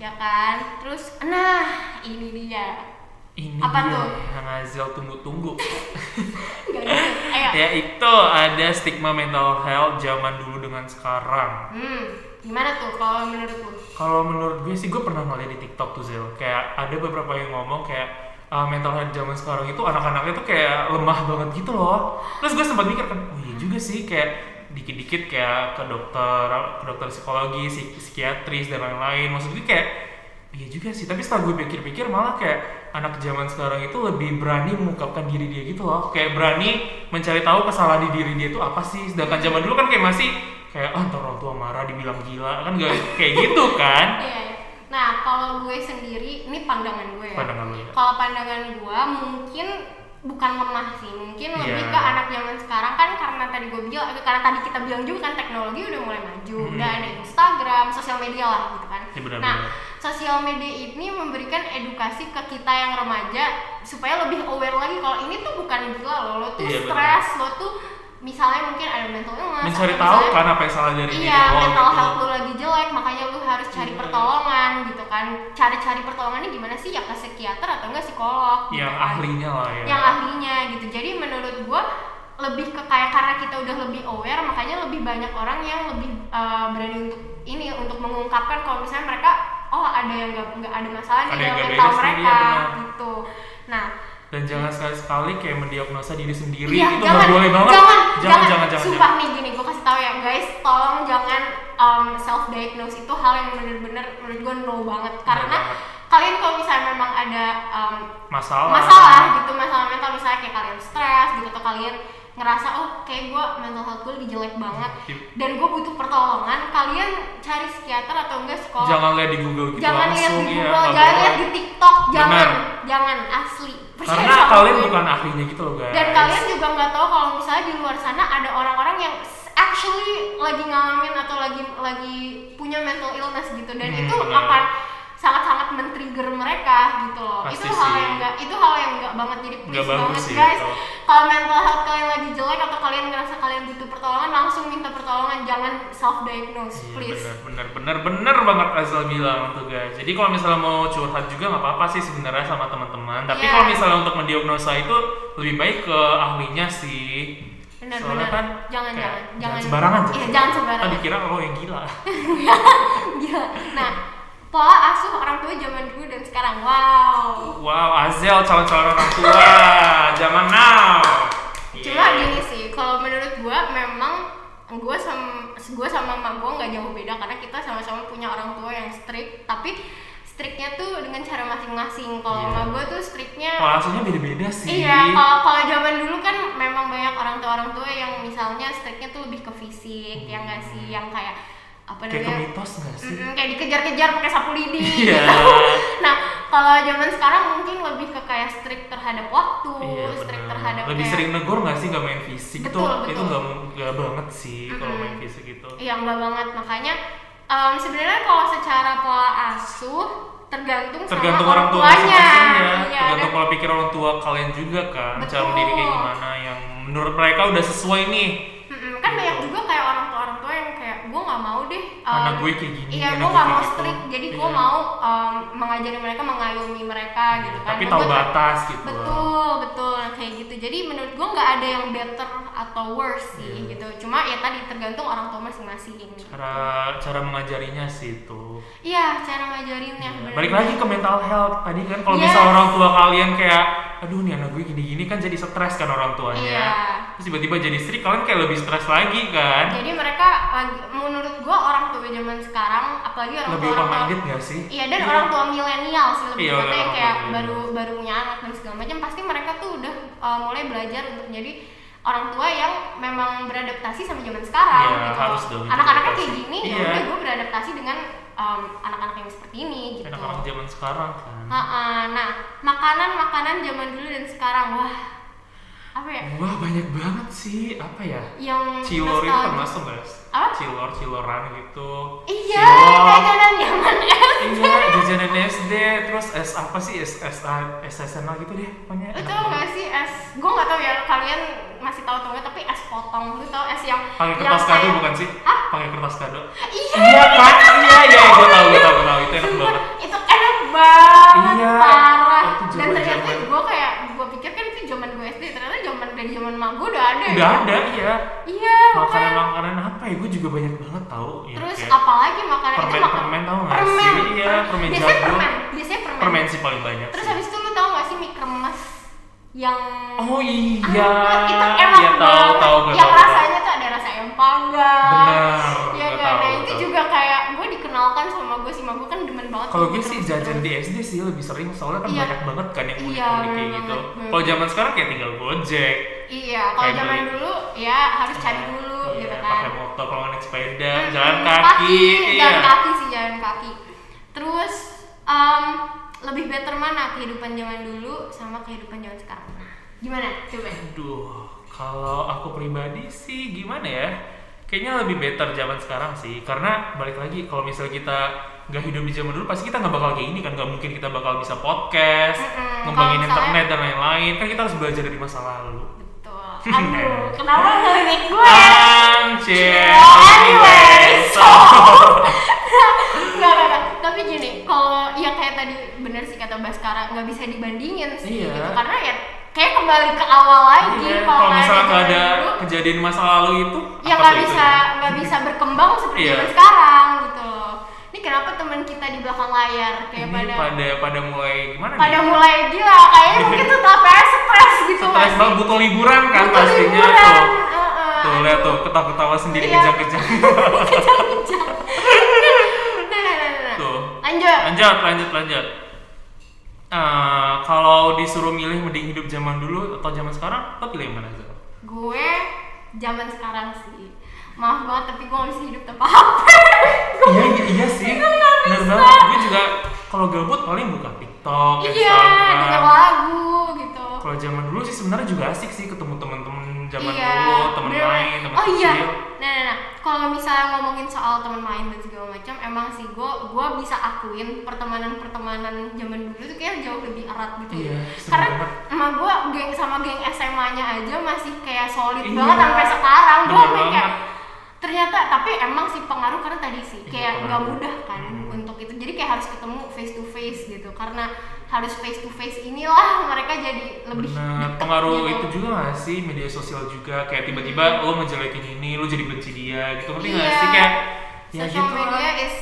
[SPEAKER 2] Ya kan? Terus nah, ini dia.
[SPEAKER 1] ini
[SPEAKER 2] Apa
[SPEAKER 1] dia
[SPEAKER 2] tuh?
[SPEAKER 1] yang Azal tunggu-tunggu
[SPEAKER 2] Enggak gitu. [laughs] Ayo.
[SPEAKER 1] ya itu ada stigma mental health zaman dulu dengan sekarang
[SPEAKER 2] Hmm, gimana tuh kalau menurut lu?
[SPEAKER 1] kalau menurut gue sih gue pernah ngeliat di TikTok tuh Zel kayak ada beberapa yang ngomong kayak "Ah, mental health zaman sekarang itu anak-anaknya tuh kayak lemah banget gitu loh terus gue sempat mikir kan oh iya juga sih kayak dikit-dikit kayak ke dokter ke dokter psikologi psik- psikiatris dan lain-lain maksud gue kayak iya juga sih tapi setelah gue pikir-pikir malah kayak anak zaman sekarang itu lebih berani mengungkapkan diri dia gitu loh kayak berani mencari tahu kesalahan di diri dia itu apa sih sedangkan zaman dulu kan kayak masih kayak ah ntar orang tua marah dibilang gila kan gak kayak gitu kan
[SPEAKER 2] Iya. iya. Nah, kalau gue sendiri, ini pandangan gue ya.
[SPEAKER 1] Pandangan lu ya.
[SPEAKER 2] Kalau pandangan gue mungkin bukan lemah sih mungkin lebih
[SPEAKER 1] Iya.
[SPEAKER 2] ke anak zaman sekarang kan karena tadi gue bilang eh, karena tadi kita bilang juga kan teknologi udah mulai maju
[SPEAKER 1] Hmm.
[SPEAKER 2] udah ada Instagram sosial media lah gitu kan
[SPEAKER 1] Ya, benar-benar.
[SPEAKER 2] nah sosial media ini memberikan edukasi ke kita yang remaja supaya lebih aware lagi kalau ini tuh bukan gila lo lo tuh
[SPEAKER 1] Iya, benar.
[SPEAKER 2] stres lo tuh misalnya mungkin ada mental illness
[SPEAKER 1] mencari
[SPEAKER 2] atau
[SPEAKER 1] tahu
[SPEAKER 2] misalnya-
[SPEAKER 1] kan apa yang salah dari diri
[SPEAKER 2] Iya,
[SPEAKER 1] lo
[SPEAKER 2] mental
[SPEAKER 1] gitu.
[SPEAKER 2] health lu lagi jelek, makanya lu harus cari
[SPEAKER 1] Iya.
[SPEAKER 2] pertolongan gitu kan. Cari-cari pertolongannya gimana sih? Ya ke psikiater atau enggak psikolog. gitu kan.
[SPEAKER 1] yang Iya, ahlinya lah ya
[SPEAKER 2] Yang ahlinya gitu. Jadi menurut gua lebih ke kayak karena kita udah lebih aware, makanya lebih banyak orang yang lebih eh, berani untuk ini untuk mengungkapkan kalau misalnya mereka oh ada yang nggak nggak ada masalah
[SPEAKER 1] Ada
[SPEAKER 2] di dalam
[SPEAKER 1] yang nggak
[SPEAKER 2] mental
[SPEAKER 1] beres nih,
[SPEAKER 2] mereka
[SPEAKER 1] iya benar.
[SPEAKER 2] gitu. Nah,
[SPEAKER 1] dan jangan sekali-sekali kayak mendiagnosa diri sendiri
[SPEAKER 2] Iya,
[SPEAKER 1] itu nggak boleh banget
[SPEAKER 2] Jangan,
[SPEAKER 1] jangan jangan jangan,
[SPEAKER 2] Sumpah nih gini, gue kasih tahu ya guys, tolong jangan self diagnose itu hal yang bener-bener menurut gue no banget karena
[SPEAKER 1] banget.
[SPEAKER 2] kalian kalau misalnya memang ada um,
[SPEAKER 1] masalah
[SPEAKER 2] masalah gitu, masalah mental misalnya kayak kalian stres gitu atau kalian ngerasa oh kayak gue mental health gue lagi jelek banget
[SPEAKER 1] Di-
[SPEAKER 2] dan gue butuh pertolongan, kalian cari psikiater atau enggak sekolah
[SPEAKER 1] jangan lihat di Google gitu
[SPEAKER 2] jangan lihat
[SPEAKER 1] langsung
[SPEAKER 2] di
[SPEAKER 1] ya,
[SPEAKER 2] Google,
[SPEAKER 1] nggak
[SPEAKER 2] jangan
[SPEAKER 1] boleh.
[SPEAKER 2] lihat di TikTok, jangan,
[SPEAKER 1] Benar.
[SPEAKER 2] jangan asli. Percaya
[SPEAKER 1] karena
[SPEAKER 2] sama
[SPEAKER 1] kalian
[SPEAKER 2] gue
[SPEAKER 1] bukan ahlinya gitu loh guys
[SPEAKER 2] dan kalian juga nggak tahu kalau misalnya di luar sana ada orang-orang yang s- actually lagi ngalamin atau lagi lagi punya mental illness gitu dan
[SPEAKER 1] Hmm,
[SPEAKER 2] itu
[SPEAKER 1] benar.
[SPEAKER 2] akan sangat-sangat men-trigger mereka gitu loh
[SPEAKER 1] Pasti
[SPEAKER 2] itu hal
[SPEAKER 1] sih.
[SPEAKER 2] yang nggak itu hal yang nggak banget jadi please
[SPEAKER 1] Nggak bagus
[SPEAKER 2] banget
[SPEAKER 1] sih,
[SPEAKER 2] guys
[SPEAKER 1] betul.
[SPEAKER 2] kalau mental health kalian lagi jelek atau kalian ngerasa kalian butuh pertolongan langsung minta pertolongan jangan self diagnose
[SPEAKER 1] Iya,
[SPEAKER 2] please
[SPEAKER 1] benar benar benar benar banget Azal bilang tuh guys jadi kalau misalnya mau curhat juga nggak apa-apa sih sebenarnya sama teman-teman tapi
[SPEAKER 2] Iya.
[SPEAKER 1] kalau misalnya untuk mendiagnosa itu lebih baik ke ahlinya sih
[SPEAKER 2] benar-benar
[SPEAKER 1] Soalnya kan
[SPEAKER 2] jangan,
[SPEAKER 1] kayak
[SPEAKER 2] jangan jangan
[SPEAKER 1] sembarangan
[SPEAKER 2] Iya, jangan sembarangan
[SPEAKER 1] Tadi kira lo yang gila
[SPEAKER 2] [laughs] Gila. nah pola asuh orang tua zaman dulu dan sekarang wow
[SPEAKER 1] Wow, Azel calon-calon orang tua Zaman now Iya.
[SPEAKER 2] Cuma gini sih, kalau menurut gua memang gua sama gua sama emak gua nggak jauh beda karena kita sama-sama punya orang tua yang strict, tapi strictnya tuh dengan cara masing-masing. Kalau
[SPEAKER 1] Iya.
[SPEAKER 2] emak gua tuh strictnya
[SPEAKER 1] Pola asuhnya beda-beda sih
[SPEAKER 2] Iya, kalau kalau zaman dulu kan memang banyak orang tua orang tua yang misalnya striknya tuh lebih ke fisik, yang nggak sih, yang kayak apa
[SPEAKER 1] Kayak ke
[SPEAKER 2] namanya?
[SPEAKER 1] mitos gak sih?
[SPEAKER 2] Mm-mm, kayak dikejar-kejar pakai sapu lidi
[SPEAKER 1] Iya.
[SPEAKER 2] gitu. [laughs] Nah, kalau zaman sekarang mungkin lebih ke kayak strict terhadap waktu,
[SPEAKER 1] Iya,
[SPEAKER 2] strict
[SPEAKER 1] benar.
[SPEAKER 2] terhadap
[SPEAKER 1] Lebih
[SPEAKER 2] kayak-
[SPEAKER 1] sering negor gak sih gak main fisik
[SPEAKER 2] Betul,
[SPEAKER 1] tuh Itu
[SPEAKER 2] betul.
[SPEAKER 1] gak, gak banget sih kalau
[SPEAKER 2] Mm-mm.
[SPEAKER 1] main fisik gitu. itu
[SPEAKER 2] Iya enggak banget makanya em, sebenarnya kalau secara pola asuh tergantung,
[SPEAKER 1] Tergantung
[SPEAKER 2] sama
[SPEAKER 1] orang tua
[SPEAKER 2] tuanya.
[SPEAKER 1] masing-masing ya
[SPEAKER 2] Iya,
[SPEAKER 1] Tergantung
[SPEAKER 2] dan-
[SPEAKER 1] pola pikir orang tua kalian juga kan Cara
[SPEAKER 2] Betul.
[SPEAKER 1] mendidik kayak gimana yang menurut mereka udah sesuai nih
[SPEAKER 2] Mm-mm, kan banyak juga kayak orang tua orang tua yang kayak gue nggak mau deh. em,
[SPEAKER 1] Anak gue kayak gini,
[SPEAKER 2] Iya
[SPEAKER 1] anak
[SPEAKER 2] gue
[SPEAKER 1] gue
[SPEAKER 2] nggak mau
[SPEAKER 1] kayak gitu."
[SPEAKER 2] strict jadi gue
[SPEAKER 1] Iya.
[SPEAKER 2] mau em, mengajari mereka mengayomi mereka gitu kan.
[SPEAKER 1] Tapi
[SPEAKER 2] Dan
[SPEAKER 1] tahu
[SPEAKER 2] gua-
[SPEAKER 1] batas gitu loh.
[SPEAKER 2] Betul betul kayak gitu. Jadi menurut gue nggak ada yang better atau worse sih gitu. Cuma ya tadi tergantung orang tua masing-masing.
[SPEAKER 1] Iya. Cara, cara mengajarinya sih itu
[SPEAKER 2] Iya cara ngajarinnya. bener.
[SPEAKER 1] balik lagi ke mental health tadi kan kalau
[SPEAKER 2] Yes.
[SPEAKER 1] misal orang tua kalian kayak aduh nih anak gue gini-gini kan jadi stres kan orang tuanya
[SPEAKER 2] Iya.
[SPEAKER 1] terus tiba-tiba jadi istri kalian kayak lebih stres lagi kan
[SPEAKER 2] Jadi mereka lagi- menurut gua orang tua zaman sekarang apalagi orang
[SPEAKER 1] lebih
[SPEAKER 2] tua
[SPEAKER 1] open
[SPEAKER 2] orang tua
[SPEAKER 1] minded gak sih
[SPEAKER 2] Iya dan orang tua milenial sih lebih
[SPEAKER 1] Iya,
[SPEAKER 2] tepatnya
[SPEAKER 1] orang
[SPEAKER 2] yang
[SPEAKER 1] tua
[SPEAKER 2] kayak
[SPEAKER 1] milenial.
[SPEAKER 2] baru baru punya anak dan segala macam pasti mereka tuh udah uh, mulai belajar untuk jadi orang tua yang memang beradaptasi sama zaman sekarang
[SPEAKER 1] Iya,
[SPEAKER 2] gitu.
[SPEAKER 1] harus dong itu
[SPEAKER 2] Anak-anaknya kayak
[SPEAKER 1] adaptasi.
[SPEAKER 2] gini
[SPEAKER 1] Iya.
[SPEAKER 2] ya udah gua beradaptasi dengan um, anak-anak yang seperti ini gitu.
[SPEAKER 1] anak-anak Iya. zaman sekarang kan
[SPEAKER 2] Ha-ha. nah, makanan-makanan zaman dulu dan sekarang wah apa ya?
[SPEAKER 1] wah banyak banget sih apa ya
[SPEAKER 2] Yang Hmm,
[SPEAKER 1] cilor itu kan,
[SPEAKER 2] nostalgia.
[SPEAKER 1] termasuk guys
[SPEAKER 2] Apa?
[SPEAKER 1] cilor ciloran gitu
[SPEAKER 2] Iya,
[SPEAKER 1] Cilor.
[SPEAKER 2] jajanan zaman [laughs]
[SPEAKER 1] iya jajanan SD terus S apa sih S S A S S N A gitu deh pokoknya
[SPEAKER 2] Lu
[SPEAKER 1] enak
[SPEAKER 2] tau
[SPEAKER 1] banget.
[SPEAKER 2] gak sih es, gue gak tau ya kalian masih tahu atau enggak tapi es potong Lu tau es yang
[SPEAKER 1] pakai
[SPEAKER 2] yang
[SPEAKER 1] kertas kado
[SPEAKER 2] kayak-
[SPEAKER 1] bukan sih
[SPEAKER 2] Hah?
[SPEAKER 1] pakai kertas kado
[SPEAKER 2] Iya,
[SPEAKER 1] iya kan iya iya gue tahu gue tahu gue tahu itu enak
[SPEAKER 2] sumpah,
[SPEAKER 1] banget
[SPEAKER 2] Itu enak banget,
[SPEAKER 1] Iya,
[SPEAKER 2] parah
[SPEAKER 1] itu
[SPEAKER 2] Dan
[SPEAKER 1] zaman-
[SPEAKER 2] ternyata
[SPEAKER 1] zaman.
[SPEAKER 2] gue kayak, gue pikir kan itu zaman gue SD Ternyata zaman dari zaman emak gue udah ada ya.
[SPEAKER 1] udah ada iya
[SPEAKER 2] Iya,
[SPEAKER 1] makanan
[SPEAKER 2] makanya
[SPEAKER 1] makanan apa ya gue juga banyak banget tahu ya,
[SPEAKER 2] Terus
[SPEAKER 1] kayak
[SPEAKER 2] apalagi makanan itu
[SPEAKER 1] permen
[SPEAKER 2] makan-
[SPEAKER 1] permen tau nggak
[SPEAKER 2] Permen,
[SPEAKER 1] sih iya permen
[SPEAKER 2] Biasanya
[SPEAKER 1] jagung
[SPEAKER 2] permen, biasanya permen
[SPEAKER 1] permen sih paling banyak
[SPEAKER 2] Terus
[SPEAKER 1] sih.
[SPEAKER 2] habis itu lu tau gak sih mie kremes yang
[SPEAKER 1] oh iya
[SPEAKER 2] Ah, itu enak
[SPEAKER 1] iya tahu
[SPEAKER 2] banget.
[SPEAKER 1] tahu gue
[SPEAKER 2] yang
[SPEAKER 1] tahu
[SPEAKER 2] rasanya tuh ada rasa ayam panggang
[SPEAKER 1] Benar,
[SPEAKER 2] ya kan
[SPEAKER 1] gue tahu,
[SPEAKER 2] nah
[SPEAKER 1] gue
[SPEAKER 2] itu
[SPEAKER 1] tahu.
[SPEAKER 2] juga kayak gue dikenalkan sama gue sih gue kan demen banget
[SPEAKER 1] kalau gue
[SPEAKER 2] gitu.
[SPEAKER 1] sih jajan di SD sih lebih sering soalnya kan
[SPEAKER 2] Iya.
[SPEAKER 1] banyak banget kan yang
[SPEAKER 2] Iya,
[SPEAKER 1] unik-unik kayak
[SPEAKER 2] bener
[SPEAKER 1] gitu
[SPEAKER 2] banget.
[SPEAKER 1] kalau zaman sekarang kayak tinggal gojek
[SPEAKER 2] iya kalau
[SPEAKER 1] kayak
[SPEAKER 2] zaman
[SPEAKER 1] beli.
[SPEAKER 2] dulu ya harus cari dulu
[SPEAKER 1] Iya,
[SPEAKER 2] gitu kan
[SPEAKER 1] pakai motor kalau naik sepeda
[SPEAKER 2] Hmm,
[SPEAKER 1] jalan kaki,
[SPEAKER 2] jalan
[SPEAKER 1] iya
[SPEAKER 2] kaki sih jalan kaki terus em, lebih better mana kehidupan zaman dulu sama kehidupan zaman sekarang nah gimana
[SPEAKER 1] [laughs]
[SPEAKER 2] coba
[SPEAKER 1] Aduh, kalau aku pribadi sih gimana ya? Kayaknya lebih better zaman sekarang sih, karena balik lagi kalau misalnya kita nggak hidup di zaman dulu pasti kita nggak bakal kayak gini kan, nggak mungkin kita bakal bisa podcast,
[SPEAKER 2] Mm-mm, kalau
[SPEAKER 1] ngembangin
[SPEAKER 2] misalnya-
[SPEAKER 1] internet dan lain-lain. Kan kita harus belajar dari masa lalu.
[SPEAKER 2] betul
[SPEAKER 1] [laughs]
[SPEAKER 2] aduh kenapa ngelirik gue
[SPEAKER 1] Ah. Anjir.
[SPEAKER 2] Anyway,
[SPEAKER 1] [laughs]
[SPEAKER 2] so nggak nggak nggak. tapi gini kalau yang kayak tadi bener sih kata Baskara nggak bisa dibandingin sih
[SPEAKER 1] Iya.
[SPEAKER 2] gitu. karena ya kayak kembali ke awal lagi
[SPEAKER 1] Iya,
[SPEAKER 2] [laughs] kalau
[SPEAKER 1] kalau
[SPEAKER 2] nggak
[SPEAKER 1] misalnya nggak
[SPEAKER 2] zaman
[SPEAKER 1] ada
[SPEAKER 2] dulu,
[SPEAKER 1] kejadian masa lalu itu,
[SPEAKER 2] ya
[SPEAKER 1] apa
[SPEAKER 2] nggak
[SPEAKER 1] tuh
[SPEAKER 2] bisa
[SPEAKER 1] itu?
[SPEAKER 2] nggak bisa berkembang seperti
[SPEAKER 1] Iya.
[SPEAKER 2] zaman sekarang gitu loh ini kenapa teman kita di belakang layar kayak
[SPEAKER 1] Ini
[SPEAKER 2] pada
[SPEAKER 1] pada pada mulai gimana
[SPEAKER 2] pada
[SPEAKER 1] nih?
[SPEAKER 2] mulai gila kayaknya mungkin tuh
[SPEAKER 1] [laughs]
[SPEAKER 2] tapanya stres gitu
[SPEAKER 1] Stres banget butuh liburan kan
[SPEAKER 2] Butuh
[SPEAKER 1] pastinya
[SPEAKER 2] liburan,
[SPEAKER 1] tuh.
[SPEAKER 2] uh-uh.
[SPEAKER 1] Tuh lihat tuh ketawa-ketawa sendiri
[SPEAKER 2] Iya. [laughs]
[SPEAKER 1] kejang-kejang.
[SPEAKER 2] kejang-kejang nah, nah, nah, nah.
[SPEAKER 1] Tuh.
[SPEAKER 2] lanjut
[SPEAKER 1] lanjut lanjut lanjut Eh, kalau disuruh milih mending hidup zaman dulu atau zaman sekarang lo pilih yang mana Zal?
[SPEAKER 2] gue zaman sekarang sih maaf banget tapi gue gak bisa hidup tanpa HP
[SPEAKER 1] iya iya iya sih bener banget gue juga kalau gabut paling buka tiktok
[SPEAKER 2] iya denger
[SPEAKER 1] Oh, Instagram
[SPEAKER 2] lagu gitu
[SPEAKER 1] kalau zaman dulu sih sebenarnya juga asik sih ketemu temen-temen zaman
[SPEAKER 2] iya,
[SPEAKER 1] dulu temen
[SPEAKER 2] bener.
[SPEAKER 1] main temen
[SPEAKER 2] oh iya
[SPEAKER 1] kecil
[SPEAKER 2] nah nah, nah. kalau misalnya ngomongin soal teman main dan segala macam emang sih gue gue bisa akuin pertemanan pertemanan zaman dulu tuh kayak jauh lebih erat gitu
[SPEAKER 1] Iya, seru
[SPEAKER 2] karena
[SPEAKER 1] banget.
[SPEAKER 2] emak gue geng sama geng SMA nya aja masih kayak solid
[SPEAKER 1] Iya,
[SPEAKER 2] banget sampai sekarang gue
[SPEAKER 1] bener
[SPEAKER 2] sampai kayak
[SPEAKER 1] banget.
[SPEAKER 2] ternyata tapi emang sih pengaruh karena tadi sih
[SPEAKER 1] Iya,
[SPEAKER 2] kayak nggak
[SPEAKER 1] pengaruh.
[SPEAKER 2] mudah kan
[SPEAKER 1] Hmm.
[SPEAKER 2] untuk itu jadi kayak harus ketemu face to face gitu karena harus face to face inilah mereka jadi lebih
[SPEAKER 1] Bener,
[SPEAKER 2] deket
[SPEAKER 1] pengaruh
[SPEAKER 2] gitu.
[SPEAKER 1] itu juga gak sih media sosial juga kayak tiba-tiba lo ngejelekin ini lo jadi benci dia gitu ngerti gak
[SPEAKER 2] Iya.
[SPEAKER 1] sih kayak ya
[SPEAKER 2] social
[SPEAKER 1] gitu lah.
[SPEAKER 2] media is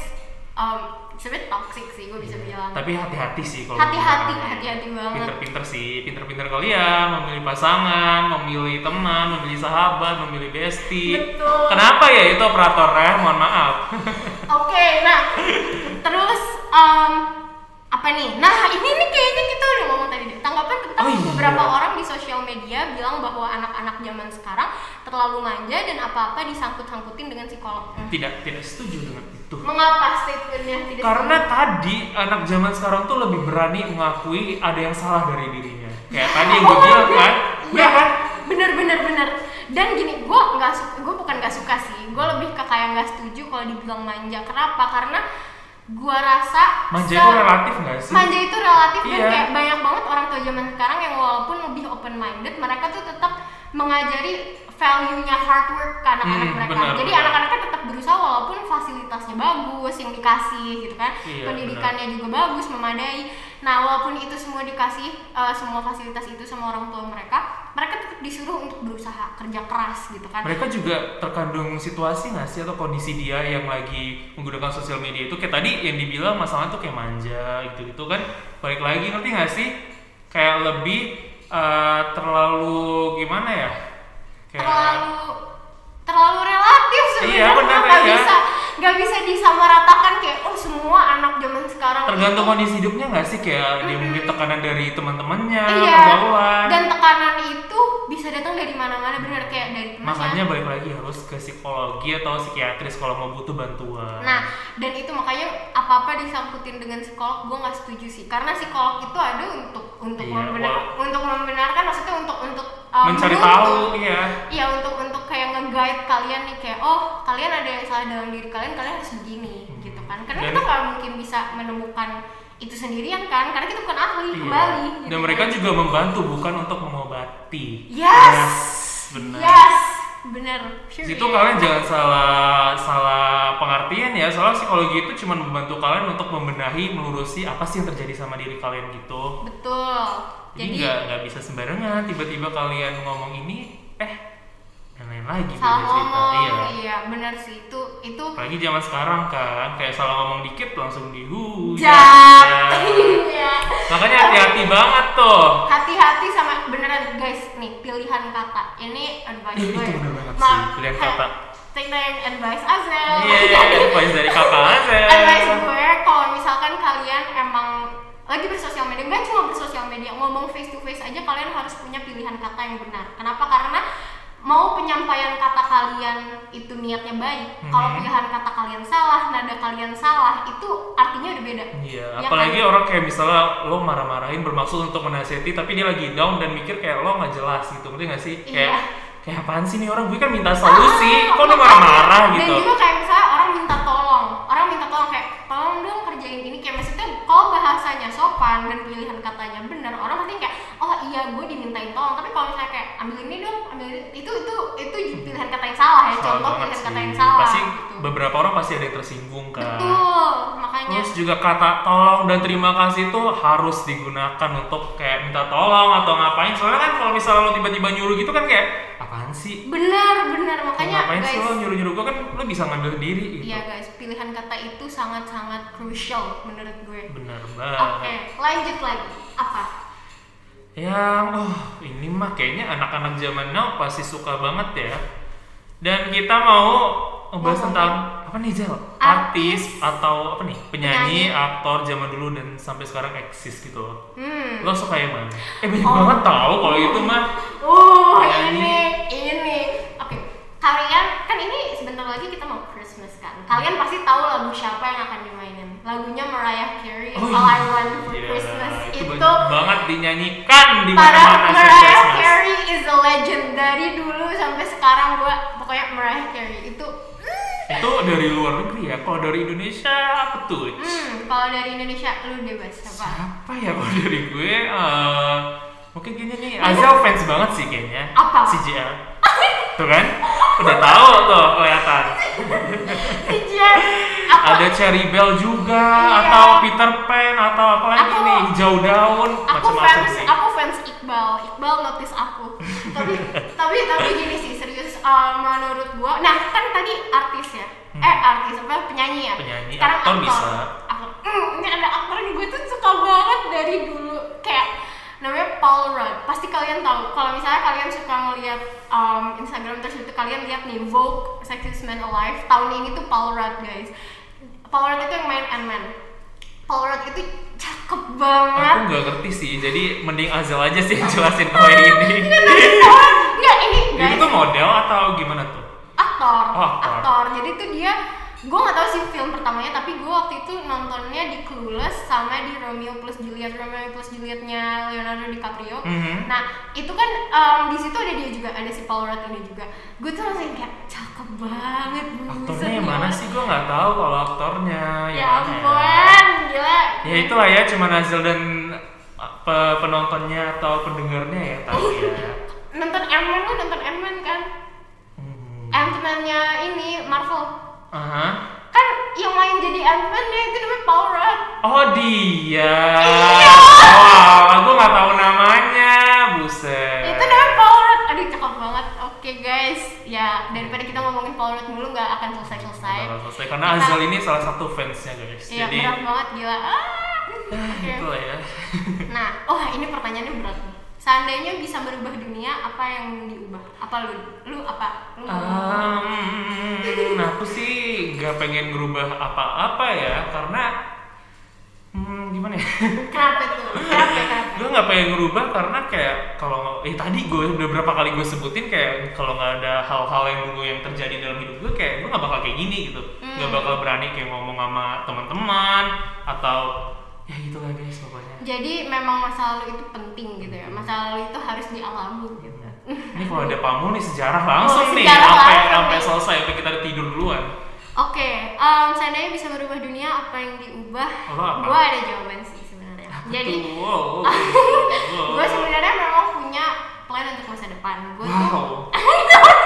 [SPEAKER 2] um, sebenarnya toxic sih gue bisa bilang
[SPEAKER 1] Tapi hati-hati sih kalau
[SPEAKER 2] Hati-hati,
[SPEAKER 1] menggunakan.
[SPEAKER 2] hati-hati banget.
[SPEAKER 1] Pinter-pinter sih, pinter-pinter kalian memilih pasangan, memilih teman, memilih sahabat, memilih bestie.
[SPEAKER 2] Betul.
[SPEAKER 1] Kenapa ya itu operatornya? Mohon maaf.
[SPEAKER 2] oke nah terus um, apa nih nah ini nih kayaknya kita udah ngomong tadi deh tanggapan tentang
[SPEAKER 1] Oh, iya.
[SPEAKER 2] beberapa orang di sosial media bilang bahwa anak-anak zaman sekarang terlalu manja dan apa-apa disangkut-sangkutin dengan psikolog
[SPEAKER 1] tidak, tidak setuju dengan itu.
[SPEAKER 2] mengapa statementnya tidak
[SPEAKER 1] Karena tadi anak zaman sekarang tuh lebih berani mengakui ada yang salah dari dirinya. Kayak tadi
[SPEAKER 2] [laughs]
[SPEAKER 1] yang gue
[SPEAKER 2] Oh,
[SPEAKER 1] bilang
[SPEAKER 2] iya.
[SPEAKER 1] kan,
[SPEAKER 2] Iya
[SPEAKER 1] ya kan?
[SPEAKER 2] Bener bener bener. Dan gini, gue nggak gue bukan nggak suka sih. Gue lebih ke kayak nggak setuju kalau dibilang manja. Kenapa? Karena gue rasa se-
[SPEAKER 1] Manja itu relatif gak sih?
[SPEAKER 2] manja itu relatif dan
[SPEAKER 1] Iya.
[SPEAKER 2] kayak banyak banget orang tua zaman sekarang yang walaupun lebih open minded, mereka tuh tetap mengajari value-nya hard work ke anak-anak
[SPEAKER 1] Hmm,
[SPEAKER 2] mereka.
[SPEAKER 1] benar,
[SPEAKER 2] Jadi
[SPEAKER 1] benar.
[SPEAKER 2] anak-anaknya tetap berusaha walaupun fasilitasnya bagus yang dikasih gitu kan.
[SPEAKER 1] Iya,
[SPEAKER 2] Pendidikannya juga bagus, memadai. Nah, walaupun itu semua dikasih eh, semua fasilitas itu sama orang tua mereka, mereka tetap disuruh untuk berusaha kerja keras gitu kan.
[SPEAKER 1] mereka juga terkandung situasi nggak sih atau kondisi dia yang lagi menggunakan sosial media itu kayak tadi yang dibilang masalah tuh kayak manja gitu gitu kan balik lagi ngerti nggak sih kayak lebih eh, terlalu gimana ya kayak
[SPEAKER 2] terlalu terlalu relatif sebenarnya
[SPEAKER 1] Iya, benar,
[SPEAKER 2] nggak
[SPEAKER 1] iya.
[SPEAKER 2] bisa nggak bisa disamaratakan kayak oh semua anak zaman sekarang
[SPEAKER 1] tergantung
[SPEAKER 2] itu-
[SPEAKER 1] kondisi hidupnya nggak sih kayak dia mungkin tekanan dari teman-temannya
[SPEAKER 2] iya
[SPEAKER 1] pergaulan
[SPEAKER 2] dan tekanan itu bisa datang dari mana-mana benar kayak dari teman
[SPEAKER 1] makanya balik lagi harus ke psikologi atau psikiatris kalau mau butuh bantuan
[SPEAKER 2] Nah, dan itu makanya apa-apa disangkutin dengan psikolog, gue nggak setuju sih. Karena psikolog itu ada untuk untuk
[SPEAKER 1] Iya,
[SPEAKER 2] membenar-
[SPEAKER 1] wah.
[SPEAKER 2] untuk membenarkan, maksudnya untuk untuk um,
[SPEAKER 1] mencari
[SPEAKER 2] menuntut.
[SPEAKER 1] tahu iya
[SPEAKER 2] Iya, untuk untuk kayak nge-guide kalian nih kayak oh kalian ada yang salah dalam diri kalian, kalian harus begini
[SPEAKER 1] Hmm.
[SPEAKER 2] gitu kan. Karena
[SPEAKER 1] Dan-
[SPEAKER 2] kita nggak mungkin bisa menemukan itu sendirian kan, karena kita bukan ahli
[SPEAKER 1] Iya.
[SPEAKER 2] kembali. gitu
[SPEAKER 1] Dan mereka
[SPEAKER 2] kan.
[SPEAKER 1] juga membantu bukan untuk mengobati.
[SPEAKER 2] Yes.
[SPEAKER 1] benar.
[SPEAKER 2] Yes, bener. Sure,
[SPEAKER 1] Itu
[SPEAKER 2] iya.
[SPEAKER 1] kalian jangan salah salah pengertian ya. Soalnya psikologi itu cuma membantu kalian untuk membenahi, melurusi apa sih yang terjadi sama diri kalian gitu.
[SPEAKER 2] betul.
[SPEAKER 1] Jadi nggak nggak bisa sembarangan. Tiba-tiba kalian ngomong ini, eh dan lain lagi
[SPEAKER 2] salah
[SPEAKER 1] beda cerita.
[SPEAKER 2] ngomong
[SPEAKER 1] Iya.
[SPEAKER 2] iya benar sih itu itu
[SPEAKER 1] Apalagi zaman sekarang kan, kayak salah ngomong dikit langsung dihujat. [laughs]
[SPEAKER 2] jahat
[SPEAKER 1] Ya.
[SPEAKER 2] [laughs] Iya.
[SPEAKER 1] Makanya hati-hati banget tuh.
[SPEAKER 2] hati-hati sama beneran guys nih pilihan kata ini advice
[SPEAKER 1] Ih,
[SPEAKER 2] gue
[SPEAKER 1] Eh, itu bener banget
[SPEAKER 2] Ma-
[SPEAKER 1] sih, pilihan kata.
[SPEAKER 2] take the advice Azel
[SPEAKER 1] Iya,
[SPEAKER 2] [laughs]
[SPEAKER 1] advice dari kakak Iya, Azel.
[SPEAKER 2] advice gue kalau misalkan kalian emang lagi bersosial media nggak cuma bersosial media ngomong face to face aja kalian harus punya pilihan kata yang benar kenapa karena mau penyampaian kata kalian itu niatnya baik kalau
[SPEAKER 1] Mhm.
[SPEAKER 2] pilihan kata kalian salah nada kalian salah itu artinya udah beda
[SPEAKER 1] Iya,
[SPEAKER 2] Ya
[SPEAKER 1] apalagi
[SPEAKER 2] kan?
[SPEAKER 1] orang kayak misalnya lo marah-marahin bermaksud untuk menasihati tapi dia lagi down dan mikir kayak lo nggak jelas gitu, ngerti nggak sih?
[SPEAKER 2] Iya.
[SPEAKER 1] Kayak kayak apaan sih nih orang? Gue kan minta solusi,
[SPEAKER 2] Ah,
[SPEAKER 1] kok lo
[SPEAKER 2] makanya.
[SPEAKER 1] marah-marah gitu?
[SPEAKER 2] Dan juga kayak misalnya orang minta tolong, orang minta tolong kayak tolong dong kerjain ini kayak maksudnya kalau bahasanya sopan dan pilihan katanya benar, orang pasti kayak oh iya gue dimintain tolong. Tapi kalau misalnya kayak ambil ini dong, ambil ini, itu itu itu pilihan kata yang salah ya,
[SPEAKER 1] Salah
[SPEAKER 2] contoh
[SPEAKER 1] banget
[SPEAKER 2] pilihan
[SPEAKER 1] sih.
[SPEAKER 2] kata yang salah.
[SPEAKER 1] Pasti
[SPEAKER 2] gitu.
[SPEAKER 1] beberapa orang pasti ada yang tersinggung kan.
[SPEAKER 2] Betul, makanya
[SPEAKER 1] Terus juga kata tolong dan terima kasih itu harus digunakan untuk kayak minta tolong atau ngapain. Soalnya kan kalau misalnya lo tiba-tiba nyuruh gitu kan kayak apaan sih?
[SPEAKER 2] benar benar makanya
[SPEAKER 1] ngapain sih lo
[SPEAKER 2] guys.
[SPEAKER 1] nyuruh-nyuruh gue kan lo bisa ngambil sendiri gitu.
[SPEAKER 2] Iya guys, pilihan kata itu sangat-sangat crucial menurut gue.
[SPEAKER 1] Bener
[SPEAKER 2] Oke,
[SPEAKER 1] banget.
[SPEAKER 2] lanjut lagi. Apa?
[SPEAKER 1] Yang oh, ini mah kayaknya anak-anak zaman now pasti suka banget ya. Dan kita mau ngebahas
[SPEAKER 2] Mau
[SPEAKER 1] tentang apa nih Jel? Artis atau apa nih penyanyi,
[SPEAKER 2] Penyanyi.
[SPEAKER 1] aktor zaman dulu dan sampai sekarang eksis gitu.
[SPEAKER 2] Hmm.
[SPEAKER 1] Lo suka yang mana? Eh banyak
[SPEAKER 2] Oh.
[SPEAKER 1] banget tau kalau itu mah.
[SPEAKER 2] Uh,
[SPEAKER 1] Nyanyi.
[SPEAKER 2] ini, ini. Oke, kalian kan ini sebentar lagi kita mau Christmas kan.
[SPEAKER 1] Hmm.
[SPEAKER 2] Kalian pasti tahu lagu siapa yang akan dimainin. Lagunya Mariah Carey,
[SPEAKER 1] Oh,
[SPEAKER 2] All I Want for
[SPEAKER 1] iya,
[SPEAKER 2] Christmas
[SPEAKER 1] itu,
[SPEAKER 2] itu.
[SPEAKER 1] banyak banget dinyanyikan di
[SPEAKER 2] Para
[SPEAKER 1] mana-mana setiap
[SPEAKER 2] Mariah
[SPEAKER 1] Christmas.
[SPEAKER 2] Carey is a legend dari dulu sampai sekarang gua pokoknya Mariah Carey itu hmm,
[SPEAKER 1] Itu dari luar negeri ya. Kalau dari Indonesia apa tuh?
[SPEAKER 2] hmm, kalau dari Indonesia lu bebas
[SPEAKER 1] [laughs]
[SPEAKER 2] siapa?
[SPEAKER 1] Apa ya kalau dari gue? eh, mungkin gini nih, Azel fans banget sih kayaknya.
[SPEAKER 2] Apa?
[SPEAKER 1] CJR. Tuh kan? Udah tahu tuh kelihatan.
[SPEAKER 2] Si Jen. Iya. Apa?
[SPEAKER 1] Ada Cherry Bell juga,
[SPEAKER 2] Iya.
[SPEAKER 1] atau Peter Pan, atau apa lagi
[SPEAKER 2] Aku-
[SPEAKER 1] nih? Hijau daun,
[SPEAKER 2] aku
[SPEAKER 1] macam-macam
[SPEAKER 2] fans
[SPEAKER 1] sih.
[SPEAKER 2] aku fans Iqbal Iqbal notice aku tapi tapi tapi gini sih serius eh, menurut gua nah kan tadi artis ya eh artis apa penyanyi ya
[SPEAKER 1] Hmm. Penyanyi,
[SPEAKER 2] sekarang
[SPEAKER 1] aktor bisa.
[SPEAKER 2] aktor. Hmm, ini ada aktor yang gue tuh suka banget dari dulu kayak namanya Paul Rudd pasti kalian tahu kalau misalnya kalian suka ngeliat um, Instagram terus itu kalian lihat nih Vogue Sexiest Man Alive tahun ini tuh Paul Rudd guys Paul Rudd itu yang main Ant-Man Paul Rudd itu cakep banget
[SPEAKER 1] Aku nggak ngerti sih, jadi mending Azel aja sih yang jelasin kalau
[SPEAKER 2] [laughs] Iya,
[SPEAKER 1] yang ini.
[SPEAKER 2] Enggak, ini
[SPEAKER 1] Itu
[SPEAKER 2] guys
[SPEAKER 1] tuh model atau gimana tuh?
[SPEAKER 2] aktor,
[SPEAKER 1] Oh, aktor.
[SPEAKER 2] aktor. Jadi tuh dia gue gak tahu sih film pertamanya tapi gue waktu itu nontonnya di Clueless sama di Romeo plus Juliet Romeo plus Julietnya Leonardo DiCaprio
[SPEAKER 1] Mhm.
[SPEAKER 2] nah itu kan em, di situ ada dia juga ada si Paul Rudd ini juga gue tuh langsung kayak cakep banget buset,
[SPEAKER 1] Aktornya yang mana
[SPEAKER 2] gimana?"
[SPEAKER 1] sih? Gue nggak tahu kalau aktornya.
[SPEAKER 2] iya. ya
[SPEAKER 1] yang mana
[SPEAKER 2] ampun gila
[SPEAKER 1] Ya itulah ya, cuma Nazil dan ah, pe- penontonnya atau pendengarnya ya tahu ya.
[SPEAKER 2] Iya. nonton Ant-Man lu nonton Ant-Man kan
[SPEAKER 1] Hmm.
[SPEAKER 2] Ant-Man-nya ini Marvel
[SPEAKER 1] Aha.
[SPEAKER 2] kan yang main jadi Ant-Man dia itu namanya Paul Rudd
[SPEAKER 1] Oh dia.
[SPEAKER 2] Iya.
[SPEAKER 1] Wow, aku nggak tahu namanya, buset.
[SPEAKER 2] itu namanya Paul Rudd aduh cakep banget oke guys ya daripada kita ngomongin Paul Rudd mulu nggak akan selesai selesai
[SPEAKER 1] Bakal selesai karena
[SPEAKER 2] Kita-
[SPEAKER 1] Azal ini salah satu fansnya guys.
[SPEAKER 2] iya
[SPEAKER 1] Jadi
[SPEAKER 2] berat banget gila ah. Oke.
[SPEAKER 1] itulah ya.
[SPEAKER 2] nah oh ini pertanyaannya berat nih seandainya bisa merubah dunia apa yang diubah apa lu lu apa lu mau
[SPEAKER 1] Ah.
[SPEAKER 2] ngomong?
[SPEAKER 1] Um, aku sih nggak pengen ngerubah apa-apa ya karena hmm, gimana ya?
[SPEAKER 2] kenapa tuh kenapa kenapa
[SPEAKER 1] gue nggak pengen ngerubah karena kayak kalau eh tadi gue udah berapa kali gue sebutin kayak kalau nggak ada hal-hal yang dulu yang terjadi dalam hidup gue kayak gue nggak bakal kayak gini gitu
[SPEAKER 2] Hmm.
[SPEAKER 1] nggak bakal berani kayak ngomong sama teman-teman atau ya gitulah guys pokoknya
[SPEAKER 2] jadi memang masa lalu itu penting gitu ya masa lalu itu harus dialami gitu
[SPEAKER 1] ini kalau ada pamul nih sejarah langsung
[SPEAKER 2] Oh,
[SPEAKER 1] nih
[SPEAKER 2] sejarah
[SPEAKER 1] sampai
[SPEAKER 2] langsung
[SPEAKER 1] sampai
[SPEAKER 2] nih.
[SPEAKER 1] selesai sampai kita tidur duluan
[SPEAKER 2] Oke, em, seandainya bisa merubah dunia, apa yang diubah?
[SPEAKER 1] Lo apa?
[SPEAKER 2] Gue ada jawaban sih sebenarnya. Jadi,
[SPEAKER 1] Tuh, wow,
[SPEAKER 2] [laughs]
[SPEAKER 1] wow, wow.
[SPEAKER 2] gue sebenarnya memang punya plan untuk masa depan. Gue tuh,
[SPEAKER 1] wow